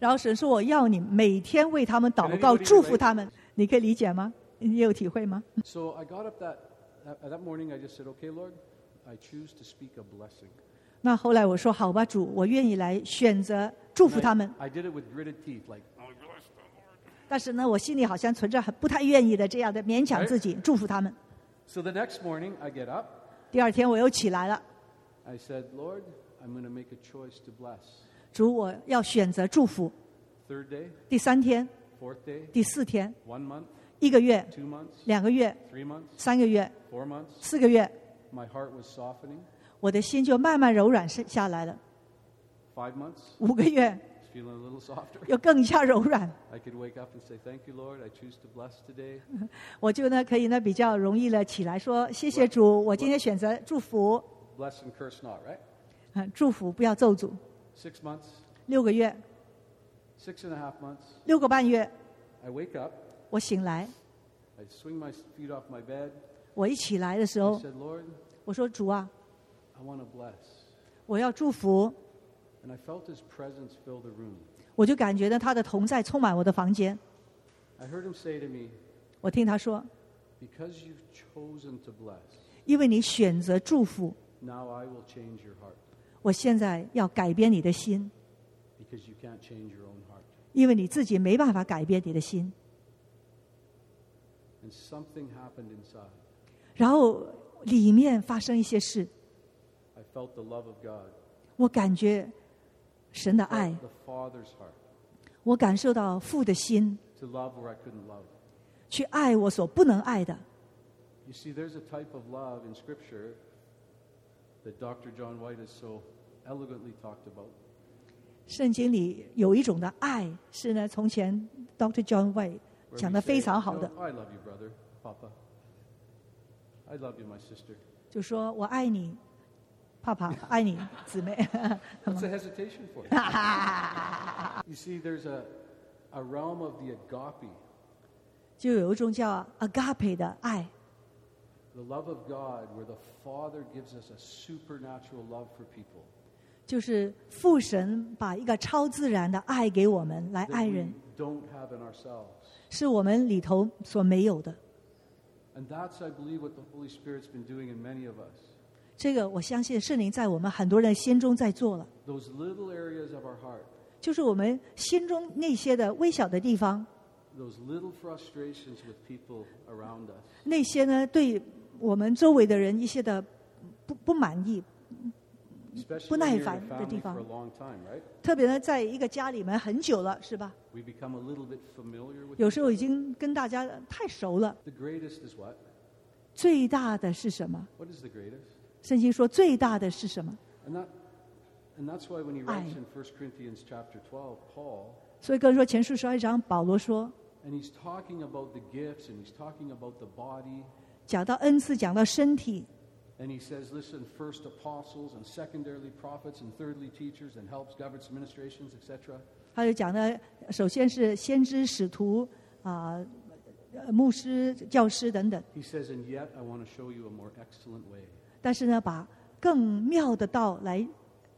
S2: 然后神说：“我要你每天为他们祷
S1: Can
S2: 告，
S1: anybody
S2: 祝福
S1: relate?
S2: 他们。”你可以理解吗？你有体会吗？
S1: So I got up that, that, that morning. I just said, Okay, Lord, I choose to speak a blessing.
S2: 那后来我说好吧，主，我愿意来选择祝福他们。
S1: I did it with gritted teeth, like,
S2: 但是呢，我心里好像存着很不太愿意的这样的勉强自己祝福他们。
S1: so the next morning I get up.
S2: 第二天我又起来了，
S1: I said, Lord, I'm going to make a choice to bless.
S2: 主，我要选择祝福。
S1: Third day,
S2: 第三天、
S1: fourth day,
S2: 第四天、
S1: one month,
S2: 一个月、
S1: two months,
S2: 两个月、
S1: three months,
S2: 三个月、
S1: four months.
S2: 四个月，
S1: My heart was softening.
S2: 我的心就慢慢柔软是下来了。
S1: Five months,
S2: 五个月
S1: it's feeling a little softer.
S2: 又更加柔软，
S1: I could wake up and say, Thank you, Lord. I choose to bless today.
S2: 我就呢可以呢比较容易了起来说谢谢主，我今天选择祝福，
S1: Bless and curse not, right?
S2: 啊，祝福不要咒诅。
S1: Six months,
S2: 六个月，
S1: six and a half months.
S2: 六个半月，
S1: I wake up.
S2: 我醒来，
S1: I swing my feet off my bed.
S2: 我一起来的时
S1: I
S2: 候，
S1: said, Lord,
S2: 我说主啊，
S1: I want to bless.
S2: 我要祝福，
S1: And I felt his presence fill the room.
S2: 我就感觉呢他的同在充满我的房间。
S1: I heard him say to me,
S2: 我听他说，
S1: Because you've chosen to bless,
S2: 因为你选择祝福，
S1: now I will change your heart.
S2: 我现在要改变你的心，
S1: Because you can't change your own heart.
S2: 因为你自己没办法改变你的心。
S1: And something happened inside.
S2: 然后里面发生一些事，
S1: I felt the love of God,
S2: 我感觉神的
S1: I
S2: 爱
S1: felt，the Father's heart,
S2: 我感受到父的心，
S1: to love where I couldn't love.
S2: 去爱我所不能爱的。
S1: You see, there's a type of love in Scripture that Dr. John White has so elegantly talked about.
S2: 圣经里有一种的爱是呢，从前 Dr. John White
S1: where we
S2: 讲的非
S1: say,
S2: 常好
S1: "You
S2: 的
S1: know,，I love you, brother, Papa. I love you, my sister.
S2: 就说我爱你，爸爸爱你，姊妹。
S1: What's the hesitation for? you see, there's a, a realm of the agape,
S2: 就有一种叫 agape 的爱，
S1: the love of God, where the Father gives us a supernatural love for people
S2: 就是父神把一个超自然的爱给我们来
S1: that
S2: 爱
S1: we
S2: 人，
S1: don't have in ourselves.
S2: 是我们里头所没有的。
S1: And that's, I believe, what the Holy Spirit's been doing in many of us.
S2: 这个我相信圣灵在我们很多人心中在做了，
S1: Those little areas of our heart
S2: 就是我们心中那些的微小的地方，
S1: those little frustrations with people around us,
S2: 那些呢对我们周围的人一些的不不满意，
S1: especially when you're in a
S2: 不耐烦的地方。
S1: family for a long time, right?
S2: 特别呢在一个家里面很久了，是吧？
S1: We become a little bit familiar with
S2: 有
S1: it.
S2: 时候已经跟大家太熟了。
S1: The greatest is what?
S2: 最大的是什么？
S1: What is the greatest?
S2: 圣经说最大的是什么？
S1: And that, and that's why when he writes
S2: Ai.
S1: in 1 Corinthians chapter 12, Paul,
S2: 所以哥说前书十二章，保罗说
S1: and he's talking about the gifts and he's talking about the body,
S2: 讲到恩赐，讲到身体，
S1: and he says, listen, first apostles and secondarily prophets and thirdly teachers and helps, governments, administrations, etc.
S2: 他就讲的首先是先知、使徒啊、呃牧师、教师等等。
S1: He says, and yet I want to show you a more excellent way.
S2: 但是呢，把更妙的道来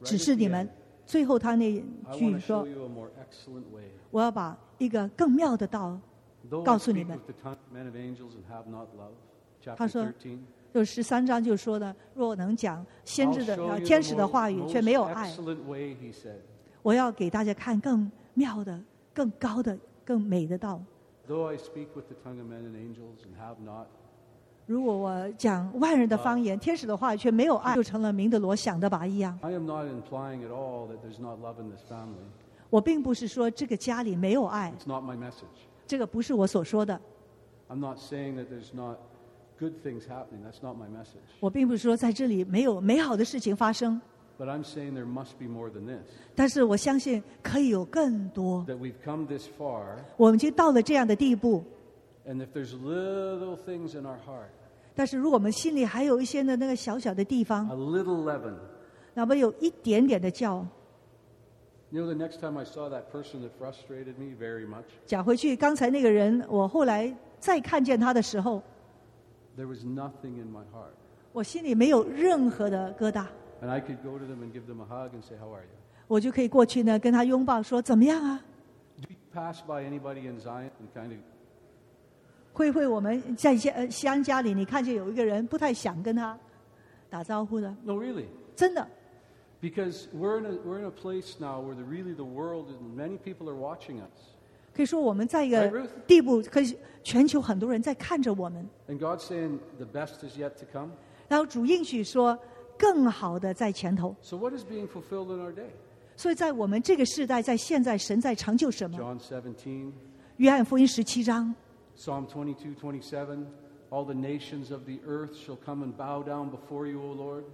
S2: 指示你们
S1: Right at the end.。
S2: 最后他那
S1: I
S2: 句
S1: want to
S2: 说
S1: show：“ you a more excellent way.
S2: 我要把一个更妙的道。
S1: Though I
S2: 告诉你们。
S1: speak with the tongue of men of angels and have not love, chapter
S2: 他说，
S1: 13. ”
S2: 就十三章就说呢，若能讲先
S1: I'll
S2: 知的
S1: show
S2: 呃
S1: you
S2: 天
S1: the
S2: 使的
S1: mo-
S2: 话语，却
S1: most
S2: 没有爱，
S1: excellent way, he said.
S2: 我要给大家看更妙的、更高的、更美的道。
S1: Though I speak with the tongue of men and angels and have not,
S2: 如果我讲万人的方言、天使的话语，却没有爱，就成了明的罗想的拔一样。
S1: I am not implying at all that there's not love in this family.
S2: 我并不是说这个家里没有爱，
S1: It's not my message.
S2: 这个不是我所说的。
S1: I'm not saying that there's not good things happening. That's not my message.
S2: 我并不是说在这里没有美好的事情发生，
S1: But I'm saying there must be more than this.
S2: 但是我相信可以有更多。
S1: That we've come this far,
S2: 我们已经到了这样的地步，
S1: and if there's little things in our heart,
S2: 但是如果我们心里还有一些的那个小小的地
S1: a
S2: 方，
S1: little leaven,
S2: 那么有一点点的叫
S1: You know, the next time I saw that person that frustrated me very much,
S2: 讲回去，刚才那个人，我后来再看见他的时候，
S1: there was nothing in my heart.
S2: 我心里没有任何的疙瘩，
S1: And I could go to them and give them a hug and say, How are you?
S2: 我就可以过去呢跟他拥抱，说怎么样啊？
S1: Do you pass by anybody in Zion and kind of,
S2: 会不会我们在家呃西安家里，你看见有一个人不太想跟他打招呼的，
S1: no, really?
S2: 真的，
S1: Because we're in a, we're in a place now where the, really the world and many people are watching us.
S2: 可以说我们在一个
S1: Right, Ruth?
S2: 地步，可以全球很多人在看着我们。
S1: And God's saying the best is yet to come.
S2: 然后主应许说，更好的在前头。
S1: So what is being fulfilled in our day?
S2: 所以在我们这个时代，在现在，神在成就什么？
S1: John 17,
S2: 约翰福音十七章，
S1: Psalm 22, 27. All the nations of the earth shall come and bow down before you, O Lord.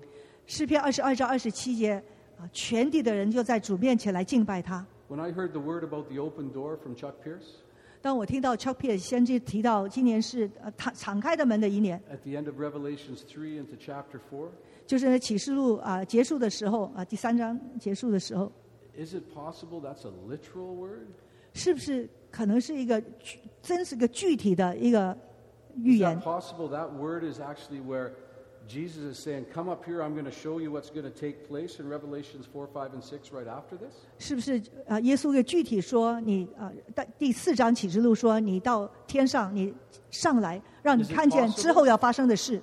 S2: 诗篇二十二章二十七节啊，全地的人就在主面前来敬拜他。
S1: When I heard the word about the open door from Chuck Pierce
S2: 当我听到 Chuck p i e r 先知提到今年是呃敞敞开的门的一年，
S1: at the end of Revelations 3 into chapter 4,
S2: 就是那启示录啊、结束的时候啊、第三章结束的时候，
S1: is it possible that's a literal word?
S2: 是不是可能是一个具真是个具体的一个预
S1: Is
S2: 言
S1: that？possible that word is actually where Jesus is saying, Come up here, I'm going to show you what's going to take place in Revelations 4, 5, and 6 right after this?
S2: 是不是啊？耶稣给具体说，你啊，呃第四章启示录说，你到天上，你上来，让你
S1: Is it
S2: 看见
S1: possible？
S2: 之后要发生的事。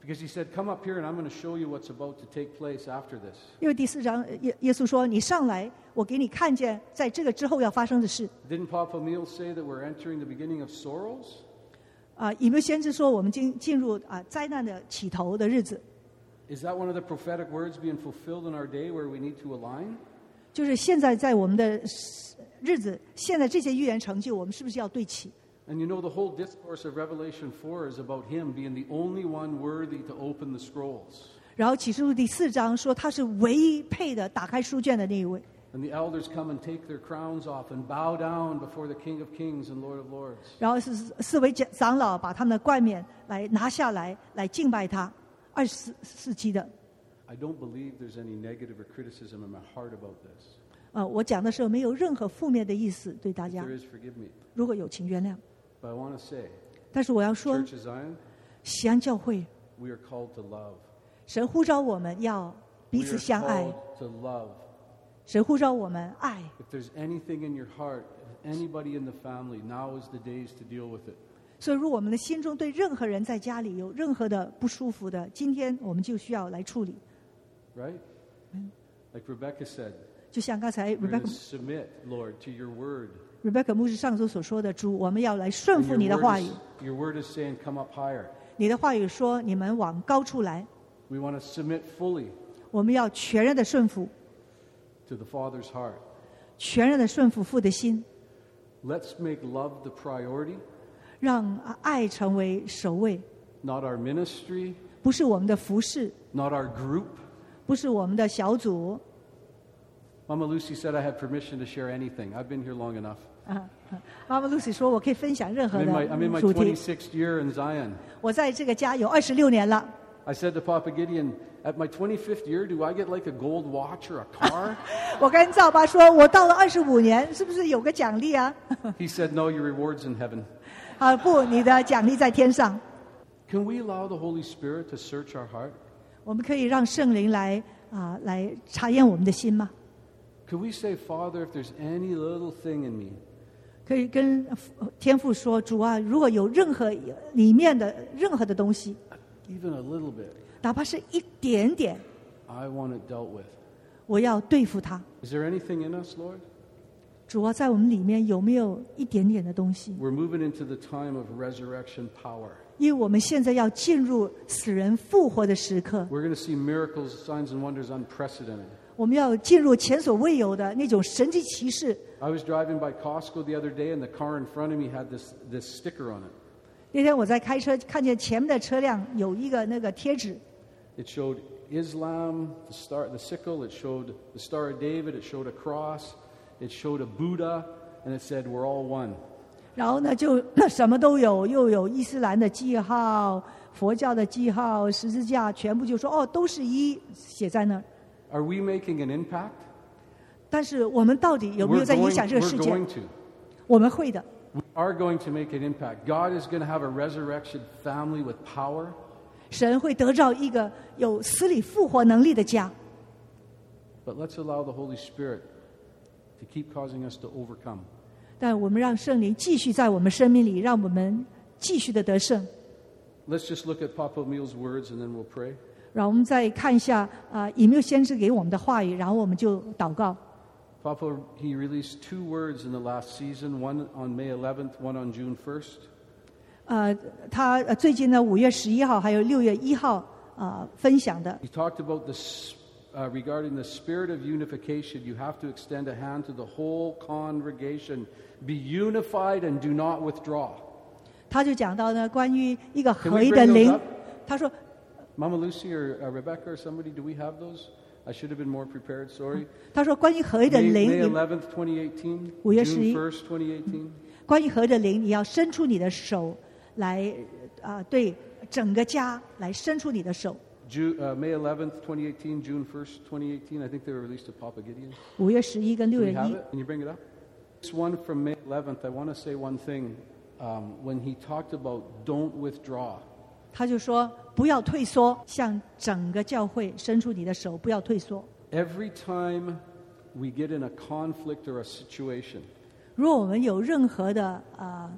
S1: Because he said, Come up here and I'm going to show you what's about to take place after this.
S2: 因为第四章呃耶耶稣说，你上来，我给你看见，在这个之后要发生的事。
S1: Didn't Papa Meal say that we're entering the beginning of sorrows?
S2: 啊，以没先知说，我们进进入啊灾难的起头的日子，
S1: Is that one of the prophetic words being fulfilled in our day where we need to align?
S2: 就是现在在我们的日子，现在这些预言成就，我们是不是要对齐？
S1: And you know, the whole discourse of Revelation 4 is about him being the only one worthy to open the scrolls.
S2: 然后启示录第四章说他是唯一配的打开书卷的那一位，
S1: And the elders come and take their crowns off and bow down before the King of Kings and Lord of Lords.
S2: 然后是四位长长老把他们的冠冕来拿下来，来敬拜他。二十四世纪的，
S1: I don't believe there's any negative or criticism in my heart about this.
S2: 呃，我讲的时候没有任何负面的意思对大
S1: If
S2: 家
S1: there，is, forgive me.
S2: 如果有请原谅。
S1: But I want to say,
S2: 但是我要说，
S1: Church of Zion,
S2: 西安教会，
S1: we are called to love.
S2: 神呼召我们要
S1: We
S2: 彼
S1: are
S2: 此相爱，
S1: called to love.
S2: 神呼召我们爱。
S1: If there's anything in your heart, anybody in the family, now is the days to deal with it.
S2: 所以，如果我们的心中对任何人在家里有任何的不舒服的，今天我们就需要来处理。
S1: Right? Like Rebecca said,
S2: 就像刚才
S1: we're going to
S2: Rebecca
S1: submit, Lord, to your word.
S2: Rebecca 牧师上周所说的，主，我们要
S1: And
S2: 来顺服
S1: your,
S2: 你的
S1: word
S2: 话语
S1: is,。your word is saying, come up higher.
S2: 你的话语说，你们往高处来，
S1: We want to submit fully
S2: 我们要全然的顺服，
S1: to the Father's heart.
S2: 全然的顺服父的心，
S1: Let's make love the priority,
S2: 让爱成为首位，
S1: not our ministry,
S2: 不是我们的服饰，
S1: not our group.
S2: 不是我们的小组
S1: Mama Lucy said I have permission to share anything. I've been here long enough.
S2: 啊。啊妈妈 Lucy 说，我可以分享任
S1: I'm
S2: 何
S1: in my, I'm in my
S2: 的主题。
S1: 26th year in Zion.
S2: 我在这个家有二十六年了。
S1: I said to Papa Gideon, at my 25th year, do I get like a gold watch or a car?
S2: 我跟赵爸说，我到了二十五年，是不是有个奖励啊？
S1: he said, no, your reward's in heaven.
S2: 啊，不，你的奖励在天上。
S1: Can we allow the Holy Spirit to search our heart?
S2: 我们可以让圣灵来啊、来查验我们的心吗？
S1: Could we say, Father, if there's any little thing in me,
S2: 可以跟天父说：“主啊，如果有任何里面的任何的东西，
S1: even a little bit,
S2: 哪怕是一点点，
S1: I want it dealt with.
S2: 我要对付它。
S1: Is there anything in us, Lord?
S2: 主啊，在我们里面有没有一点点的东西？
S1: We're moving into the time of resurrection power.
S2: 因为我们现在要进入死人复活的时刻，
S1: We're going to see miracles, signs, and wonders unprecedented.
S2: 我们要进入前所未有的那种神迹奇事。
S1: I was driving by Costco the other day, and the car in front of me had this, this sticker on it.
S2: 那天我在开车，看见前面的车辆有一个那个贴纸，
S1: It showed Islam, the star, the sickle. It showed the Star of David. It showed a cross. It showed a Buddha, and it said, "We're all one."
S2: 然后呢，就 什么都有，又有伊斯兰的记号、佛教的记号、十字架，全部就说哦，都是一写在那儿。
S1: Are we making an impact?
S2: 但是我们到底有没
S1: We're
S2: 有在
S1: going,
S2: 影响这个
S1: we're
S2: 世界
S1: going？to.
S2: 我们会的，
S1: We are going to make an impact. God is going to have a resurrection family with power.
S2: 神会得到一个有死里复活能力的家。
S1: But let's allow the Holy Spirit to keep causing us to overcome.
S2: 但我们让圣灵继续在我们生命里，让我们继续的得胜。
S1: Let's just look at Papa Meal's words and then we'll pray.
S2: 然后我们再看一下啊，以没有先知给我们的话语，然后我们就祷告。
S1: Papa, he released two words in the last season, one on May 11th, one on June 1st.
S2: 呃，他呃最近呢，五月十一号还有六月一号啊、呃分享的，
S1: He talked about this uh, regarding the spirit of unification. You have to extend a hand to the whole congregation. Be unified and do not withdraw.
S2: 他就讲到呢关于一个
S1: Can we
S2: 合一的
S1: bring those
S2: 灵
S1: up?，
S2: 他说
S1: Mama Lucy or uh, Rebecca or somebody, do we have those? I should have been more prepared, sorry.
S2: 他说关于合一的
S1: May,
S2: 灵，
S1: May
S2: 你
S1: 11th, 2018.
S2: Oh, yes,
S1: June
S2: we-
S1: 1st, 2018.
S2: 关于合一的灵，你要伸出你的手来啊、呃对整个家来伸出你的手。
S1: Ju- uh, May 11th, 2018. June 1st, 2018. I think they were released to Papa Gideon.
S2: 五月十一跟六
S1: Do
S2: 月
S1: we have
S2: 一
S1: it? Can you bring it up? This one from May 11th. I want to say one thing. Um, when he talked about don't withdraw,
S2: 他就说不要退缩，向整个教会伸出你的手，不要退缩。
S1: every time we get in a conflict or a situation,
S2: 如果我们有任何的啊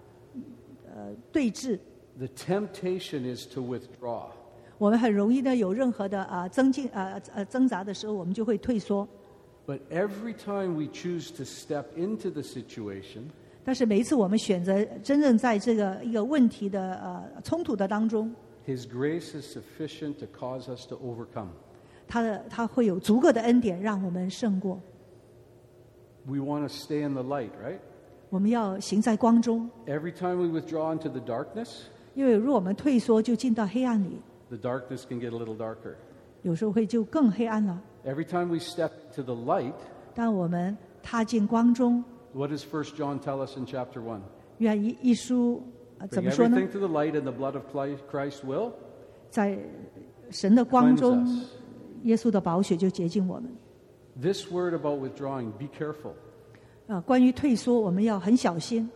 S2: 呃对峙，
S1: the temptation is to withdraw.
S2: 我们很容易呢有任何的啊增进啊呃挣扎的时候，我们就会退缩。
S1: But every time we choose to step into the situation,
S2: 但是每一次我们选择真正在这个一个问题的呃冲突的当中，
S1: his grace is sufficient to cause us to overcome.
S2: 他的他会有足够的恩典让我们胜过。
S1: We want to stay in the light, right?
S2: 我们要行在光中，
S1: Every time we withdraw into the darkness,
S2: 因为如果我们退缩，就进到黑暗里，
S1: the darkness can get a little darker.
S2: 有时候会就更黑暗了。
S1: Every time we step to the light,
S2: 但我们踏进光中，
S1: what does 1 John tell us in chapter 1?
S2: 愿一一书、呃怎
S1: Bring
S2: 么说呢
S1: everything？to the light, and the blood of Cli- Christ will.
S2: 在神的光中
S1: Cleanse us.，
S2: 耶稣的宝血就洁净我们。
S1: This word about withdrawing, be careful.
S2: 啊，关于退缩，我们要很小心。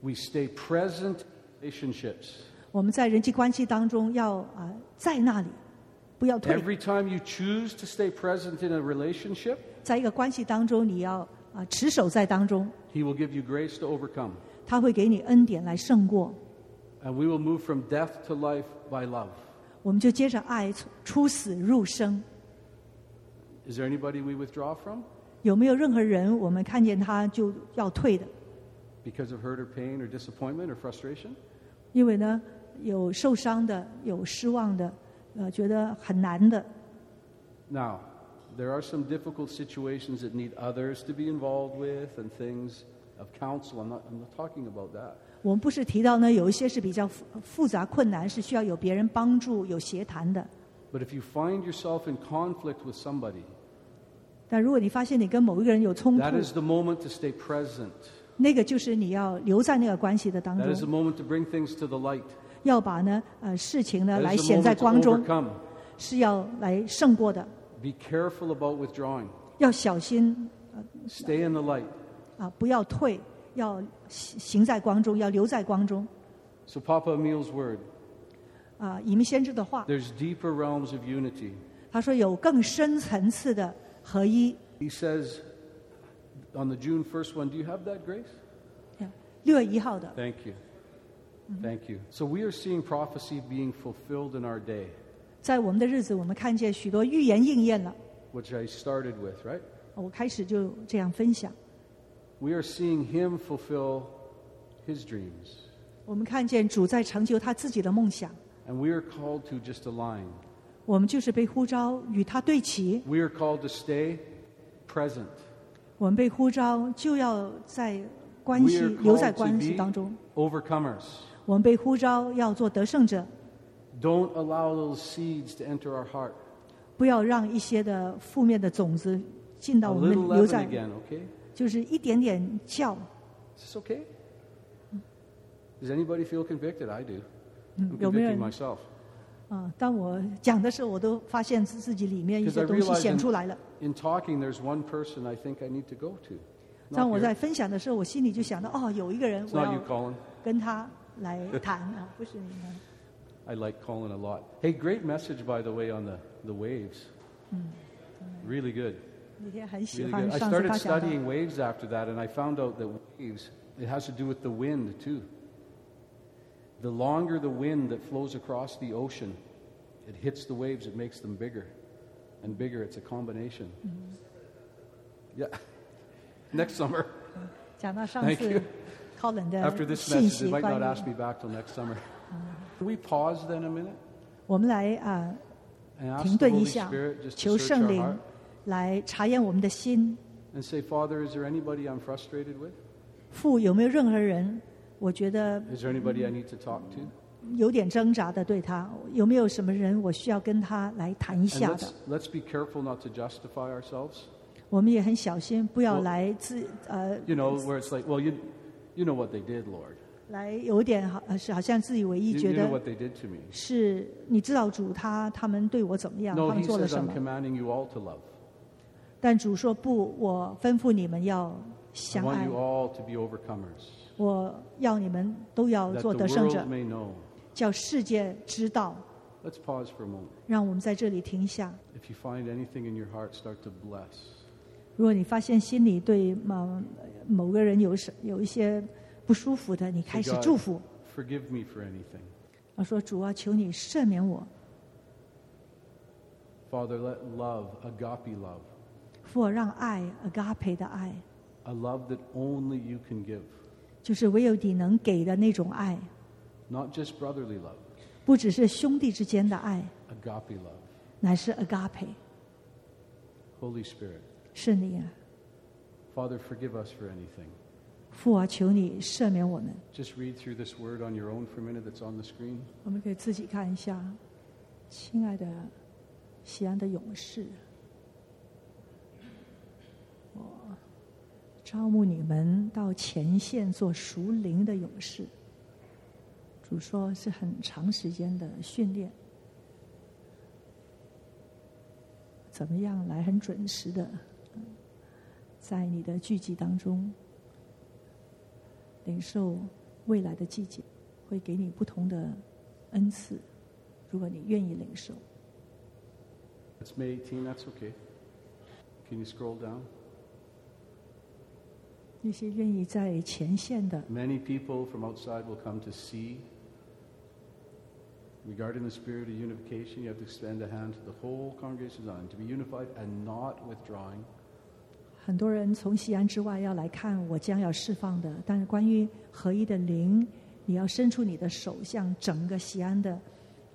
S1: We stay present in relationships.
S2: 我们在人际关系当中要啊，在那里，不要退。
S1: Every time you choose to stay present in a relationship,
S2: 在一个关系当中，你要啊持守在当中，
S1: He will give you grace to overcome.
S2: 他会给你恩典来胜过。
S1: And we will move from death to life by love.
S2: 我们就接着爱出出死入生。
S1: Is there anybody we withdraw from?
S2: 有没有任何人我们看见他就要退的？
S1: Because of hurt or pain or disappointment or frustration?
S2: 因为呢，有受伤的，有失望的，呃，觉得很难的。
S1: Now, there are some difficult situations that need others to be involved with and things of counsel. I'm not, I'm not talking about that.
S2: 我们不是提到呢，有一些是比较复复杂困难，是需要有别人帮助、有协谈的。
S1: But if you find yourself in conflict with somebody,
S2: 但如果你发现你跟某一个人有冲突，
S1: that is the moment to stay present.
S2: 那个就是你要留在那个关系的当
S1: That is the
S2: 中，
S1: moment to bring things to the light.
S2: 要把呢呃事情呢
S1: That
S2: 来
S1: is the
S2: 显在
S1: moment
S2: 光
S1: to
S2: 中，
S1: overcome.
S2: 是要来胜过的，
S1: Be careful about withdrawing.
S2: 要小心
S1: Stay in the light.
S2: 啊、不要退，要行行在光中，要留在光中
S1: So, Papa Emil's word
S2: 啊、以民先知的话，
S1: there's deeper realms of unity.
S2: 他说有更深层次的合一。
S1: He says on the June 1st one, do you have that grace?
S2: 六月一号的，
S1: Thank you. Thank you. So we are seeing prophecy being fulfilled in our day,
S2: 在我们的日子，我们看见许多预言应验了。
S1: which I started with, right?
S2: 我开始就这样分享，
S1: We are seeing him fulfill his dreams.
S2: 我们看见主在成就他自己的梦想，
S1: And we are called to just align.
S2: 我们就是被呼召与他对齐，
S1: We are called to stay present.
S2: 我们被呼召就要在关
S1: We
S2: 系
S1: are
S2: 留在
S1: called to
S2: 关系
S1: be
S2: 当中，
S1: overcomers.
S2: 我们被呼召要做得胜者，
S1: Don't allow those seeds to enter our heart.
S2: 不要让一些的负面的种子进到
S1: A
S2: 我们
S1: little
S2: 留
S1: leaven
S2: 在，
S1: again, okay?
S2: 就是一点点酵。
S1: Is this okay? Does anybody feel convicted? I do.
S2: Mm,
S1: I'm
S2: 有没有
S1: convicting
S2: 人-
S1: myself.
S2: 啊，当我讲的时候，我都发现自自己里面一
S1: Because I
S2: 些东西
S1: realize
S2: 显出来
S1: in,
S2: 了。
S1: in talking, there's one person I think I need to go to.
S2: 当我
S1: Not
S2: 在
S1: here.
S2: 分享的时候，我心里就想到，哦，有一个人
S1: It's
S2: 我
S1: not
S2: 要
S1: you, Colin.
S2: 跟他来谈 啊，不是你们。
S1: I like Colin a lot. Hey, great message, by the way, on the, the waves.
S2: Mm.
S1: Really good.
S2: 那天很喜
S1: Really
S2: 欢
S1: good. I
S2: 上次
S1: started
S2: 他讲的
S1: studying waves after that, and I found out that waves, it has to do with the wind, too. The longer the wind that flows across the ocean, It hits the waves, it makes them bigger and bigger. It's a combination. Yeah. Next summer,
S2: 讲到上
S1: Thank
S2: 次
S1: you.
S2: Colin 的
S1: after this
S2: 信
S1: message, they
S2: 息
S1: might
S2: 关
S1: not ask
S2: 于
S1: me back till next summer. Can we pause then a minute
S2: 我们来啊、
S1: and ask
S2: 停
S1: the
S2: 顿
S1: Holy
S2: 一下
S1: Spirit，just
S2: 求
S1: to
S2: 圣
S1: search our
S2: 灵
S1: heart
S2: 来查验我们的心。
S1: and say, Father, is there anybody I'm frustrated with?
S2: 父有没有任何人？我觉得
S1: Is there anybody I need to talk to?
S2: 有点挣扎的，对他有没有什么人我需要跟他来谈一
S1: And
S2: 下的
S1: let's,？let's be careful not to justify ourselves.
S2: 我们也很小心，不要
S1: 我
S2: 来自呃
S1: You know, where it's like, well, you, you know what they did, Lord.
S2: 来有点好呃是好像自以为
S1: You,
S2: 意，觉
S1: you know
S2: 得
S1: what they did to me.
S2: 是你知道主他他们对我怎么样，
S1: No,
S2: 他们
S1: he
S2: 做了
S1: says,
S2: 什
S1: I'm
S2: 么？
S1: commanding you all to love.
S2: 但主说不，我吩咐你们要
S1: I
S2: 相
S1: want
S2: 爱
S1: you，all to be overcomers,
S2: 我要你们都要
S1: that
S2: 做
S1: the
S2: 得胜者
S1: world，may know.
S2: 叫世界知道。
S1: Let's pause for a moment.
S2: 让我们在这里停下。
S1: If you find anything in your heart, start to bless.
S2: 如果你发现心里对某某个人有什有一些不舒服的，你
S1: Say,
S2: 开始
S1: "God,
S2: 祝福，
S1: forgive me for anything.
S2: 我说主啊，求你赦免我，
S1: Father, let love, agape love,
S2: 父啊让爱 agape 的爱，
S1: a love that only you can give,
S2: 就是唯有你能给的那种爱，
S1: not just brotherly love,
S2: 不只是兄弟之间的爱，
S1: agape love.
S2: 乃是 agape，
S1: Holy Spirit,
S2: 是你、啊，
S1: Father, forgive us for anything.
S2: 父啊，求你赦免我们。
S1: Just read through this word on your own for a minute that's on the screen.
S2: 我们可以自己看一下，亲爱的西安的勇士，我招募你们到前线做熟龄的勇士。主说是很长时间的训练，怎么样来很准时的，嗯在你的聚集当中领受未来的季节，会给你不同的恩赐，如果你愿意领受。
S1: It's May 18, that's okay. Can you scroll down?
S2: 那些愿意在前线的，
S1: Many people from outside will come to see. Regarding the spirit of unification, you have to extend a hand to the whole congregation on to be unified and not withdrawing.
S2: 很多人从西安之外要来看我将要释放的，但是关于合一的灵，你要伸出你的手，向整个西安的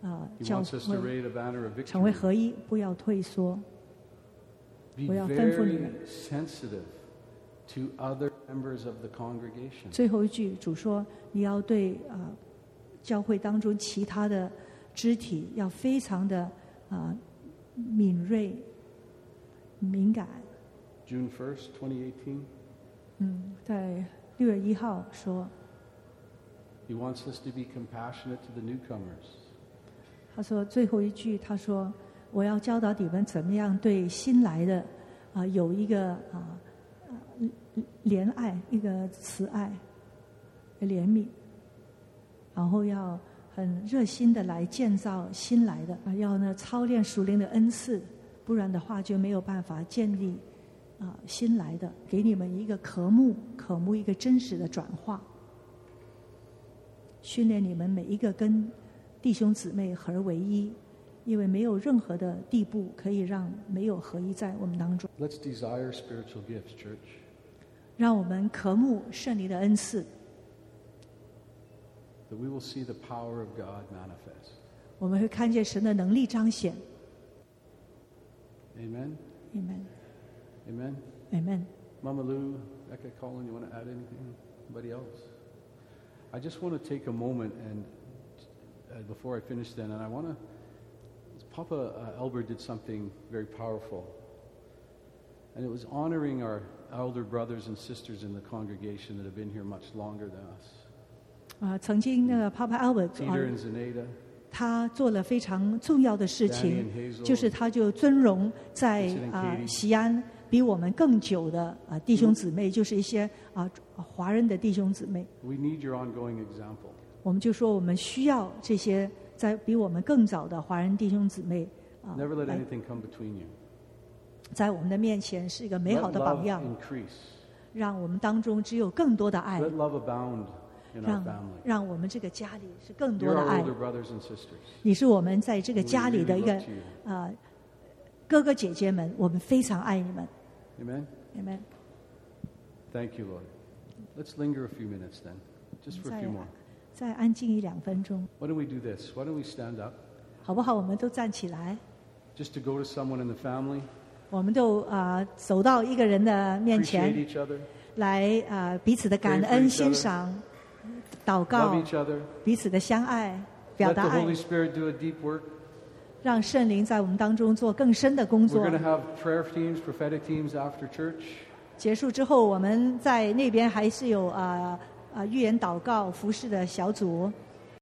S2: 啊、
S1: He
S2: 教
S1: wants us to
S2: 会
S1: raise a banner of
S2: 成为
S1: victory.
S2: 合一，不要退缩。
S1: Be
S2: 我要吩咐你们。
S1: very sensitive to other members of the congregation.
S2: 最后一句，主说你要对啊、教会当中其他的肢体要非常的啊、敏锐、敏感。
S1: June 1st, 2018,
S2: 嗯，在六月一号说，
S1: he wants us to be compassionate to the newcomers.
S2: 他说最后一句，他说我要教导你们怎么样对新来的啊、有一个啊、呃怜爱，一个慈爱、怜悯，然后要很热心的来建造新来的，啊、要呢操练属灵的恩赐，不然的话就没有办法建立啊、新来的，给你们一个渴慕，渴慕一个真实的转化。训练你们每一个跟弟兄姊妹合而为一，因为没有任何的地步可以让没有合一在我们当中。
S1: Let's desire spiritual gifts, church.
S2: 让我们渴慕圣灵的恩赐，
S1: That we will see the power of God manifest.
S2: 我们会看见神的能力彰显。
S1: Amen.
S2: Amen，Amen
S1: Amen. Mama Lou, Becca, Colin, you want to add anything? Anybody else? I just want to take a moment and uh, before I finish then, and I want to, Papa uh, Albert did something very powerful. And it was honoring our elder brothers and sisters in the congregation that have been here much longer than us.
S2: 啊、曾经那个 Papa Albert 啊、
S1: 嗯 Peter and Zenaida,
S2: 他做了非常重要的事
S1: Danny
S2: 情
S1: and，Hazel
S2: 就是他就尊荣在
S1: Richard and
S2: 啊
S1: Katie
S2: 西安比我们更久的啊弟兄姊妹，就是一些啊华人的弟兄姊妹。
S1: we need your ongoing example.
S2: 我们就说我们需要这些在比我们更早的华人弟兄姊妹啊，
S1: Never let
S2: 来
S1: anything come between you.
S2: 在我们的面前是一个美好
S1: Let
S2: 的榜
S1: love
S2: 样，
S1: increase.
S2: 让我们当中只有更多的爱，
S1: Let love abound. in our
S2: 让
S1: family.
S2: 让我们这个家里是更多
S1: You're
S2: 的
S1: our
S2: 爱。
S1: older brothers and sisters.
S2: 你是我们在这个家里的一
S1: We
S2: 个
S1: really look
S2: 呃哥哥姐姐们，我们非常爱你们，
S1: Amen?
S2: 你们
S1: Thank you, Lord. Let's linger a few minutes then, just for a
S2: 再
S1: few more.
S2: 再安静一两分钟，
S1: Why don't we do this? Why don't we stand up
S2: 好不好？我们都站起来，
S1: just to go to someone in the family,
S2: 我们都啊、呃走到一个人的面
S1: appreciate
S2: 前
S1: each other,
S2: 来啊、呃彼此的感
S1: Pray for
S2: 恩
S1: each other
S2: 欣赏、祷
S1: love
S2: 告，
S1: each other,
S2: 彼此的相爱，表
S1: let the
S2: 达爱
S1: Holy，Spirit do a deep work.
S2: 让圣灵在我们当中做更深的工
S1: We're
S2: 作
S1: going。to have prayer teams, prophetic teams after church.
S2: 结束之后，我们在那边还是有啊啊、呃呃、预言祷告服饰的小组。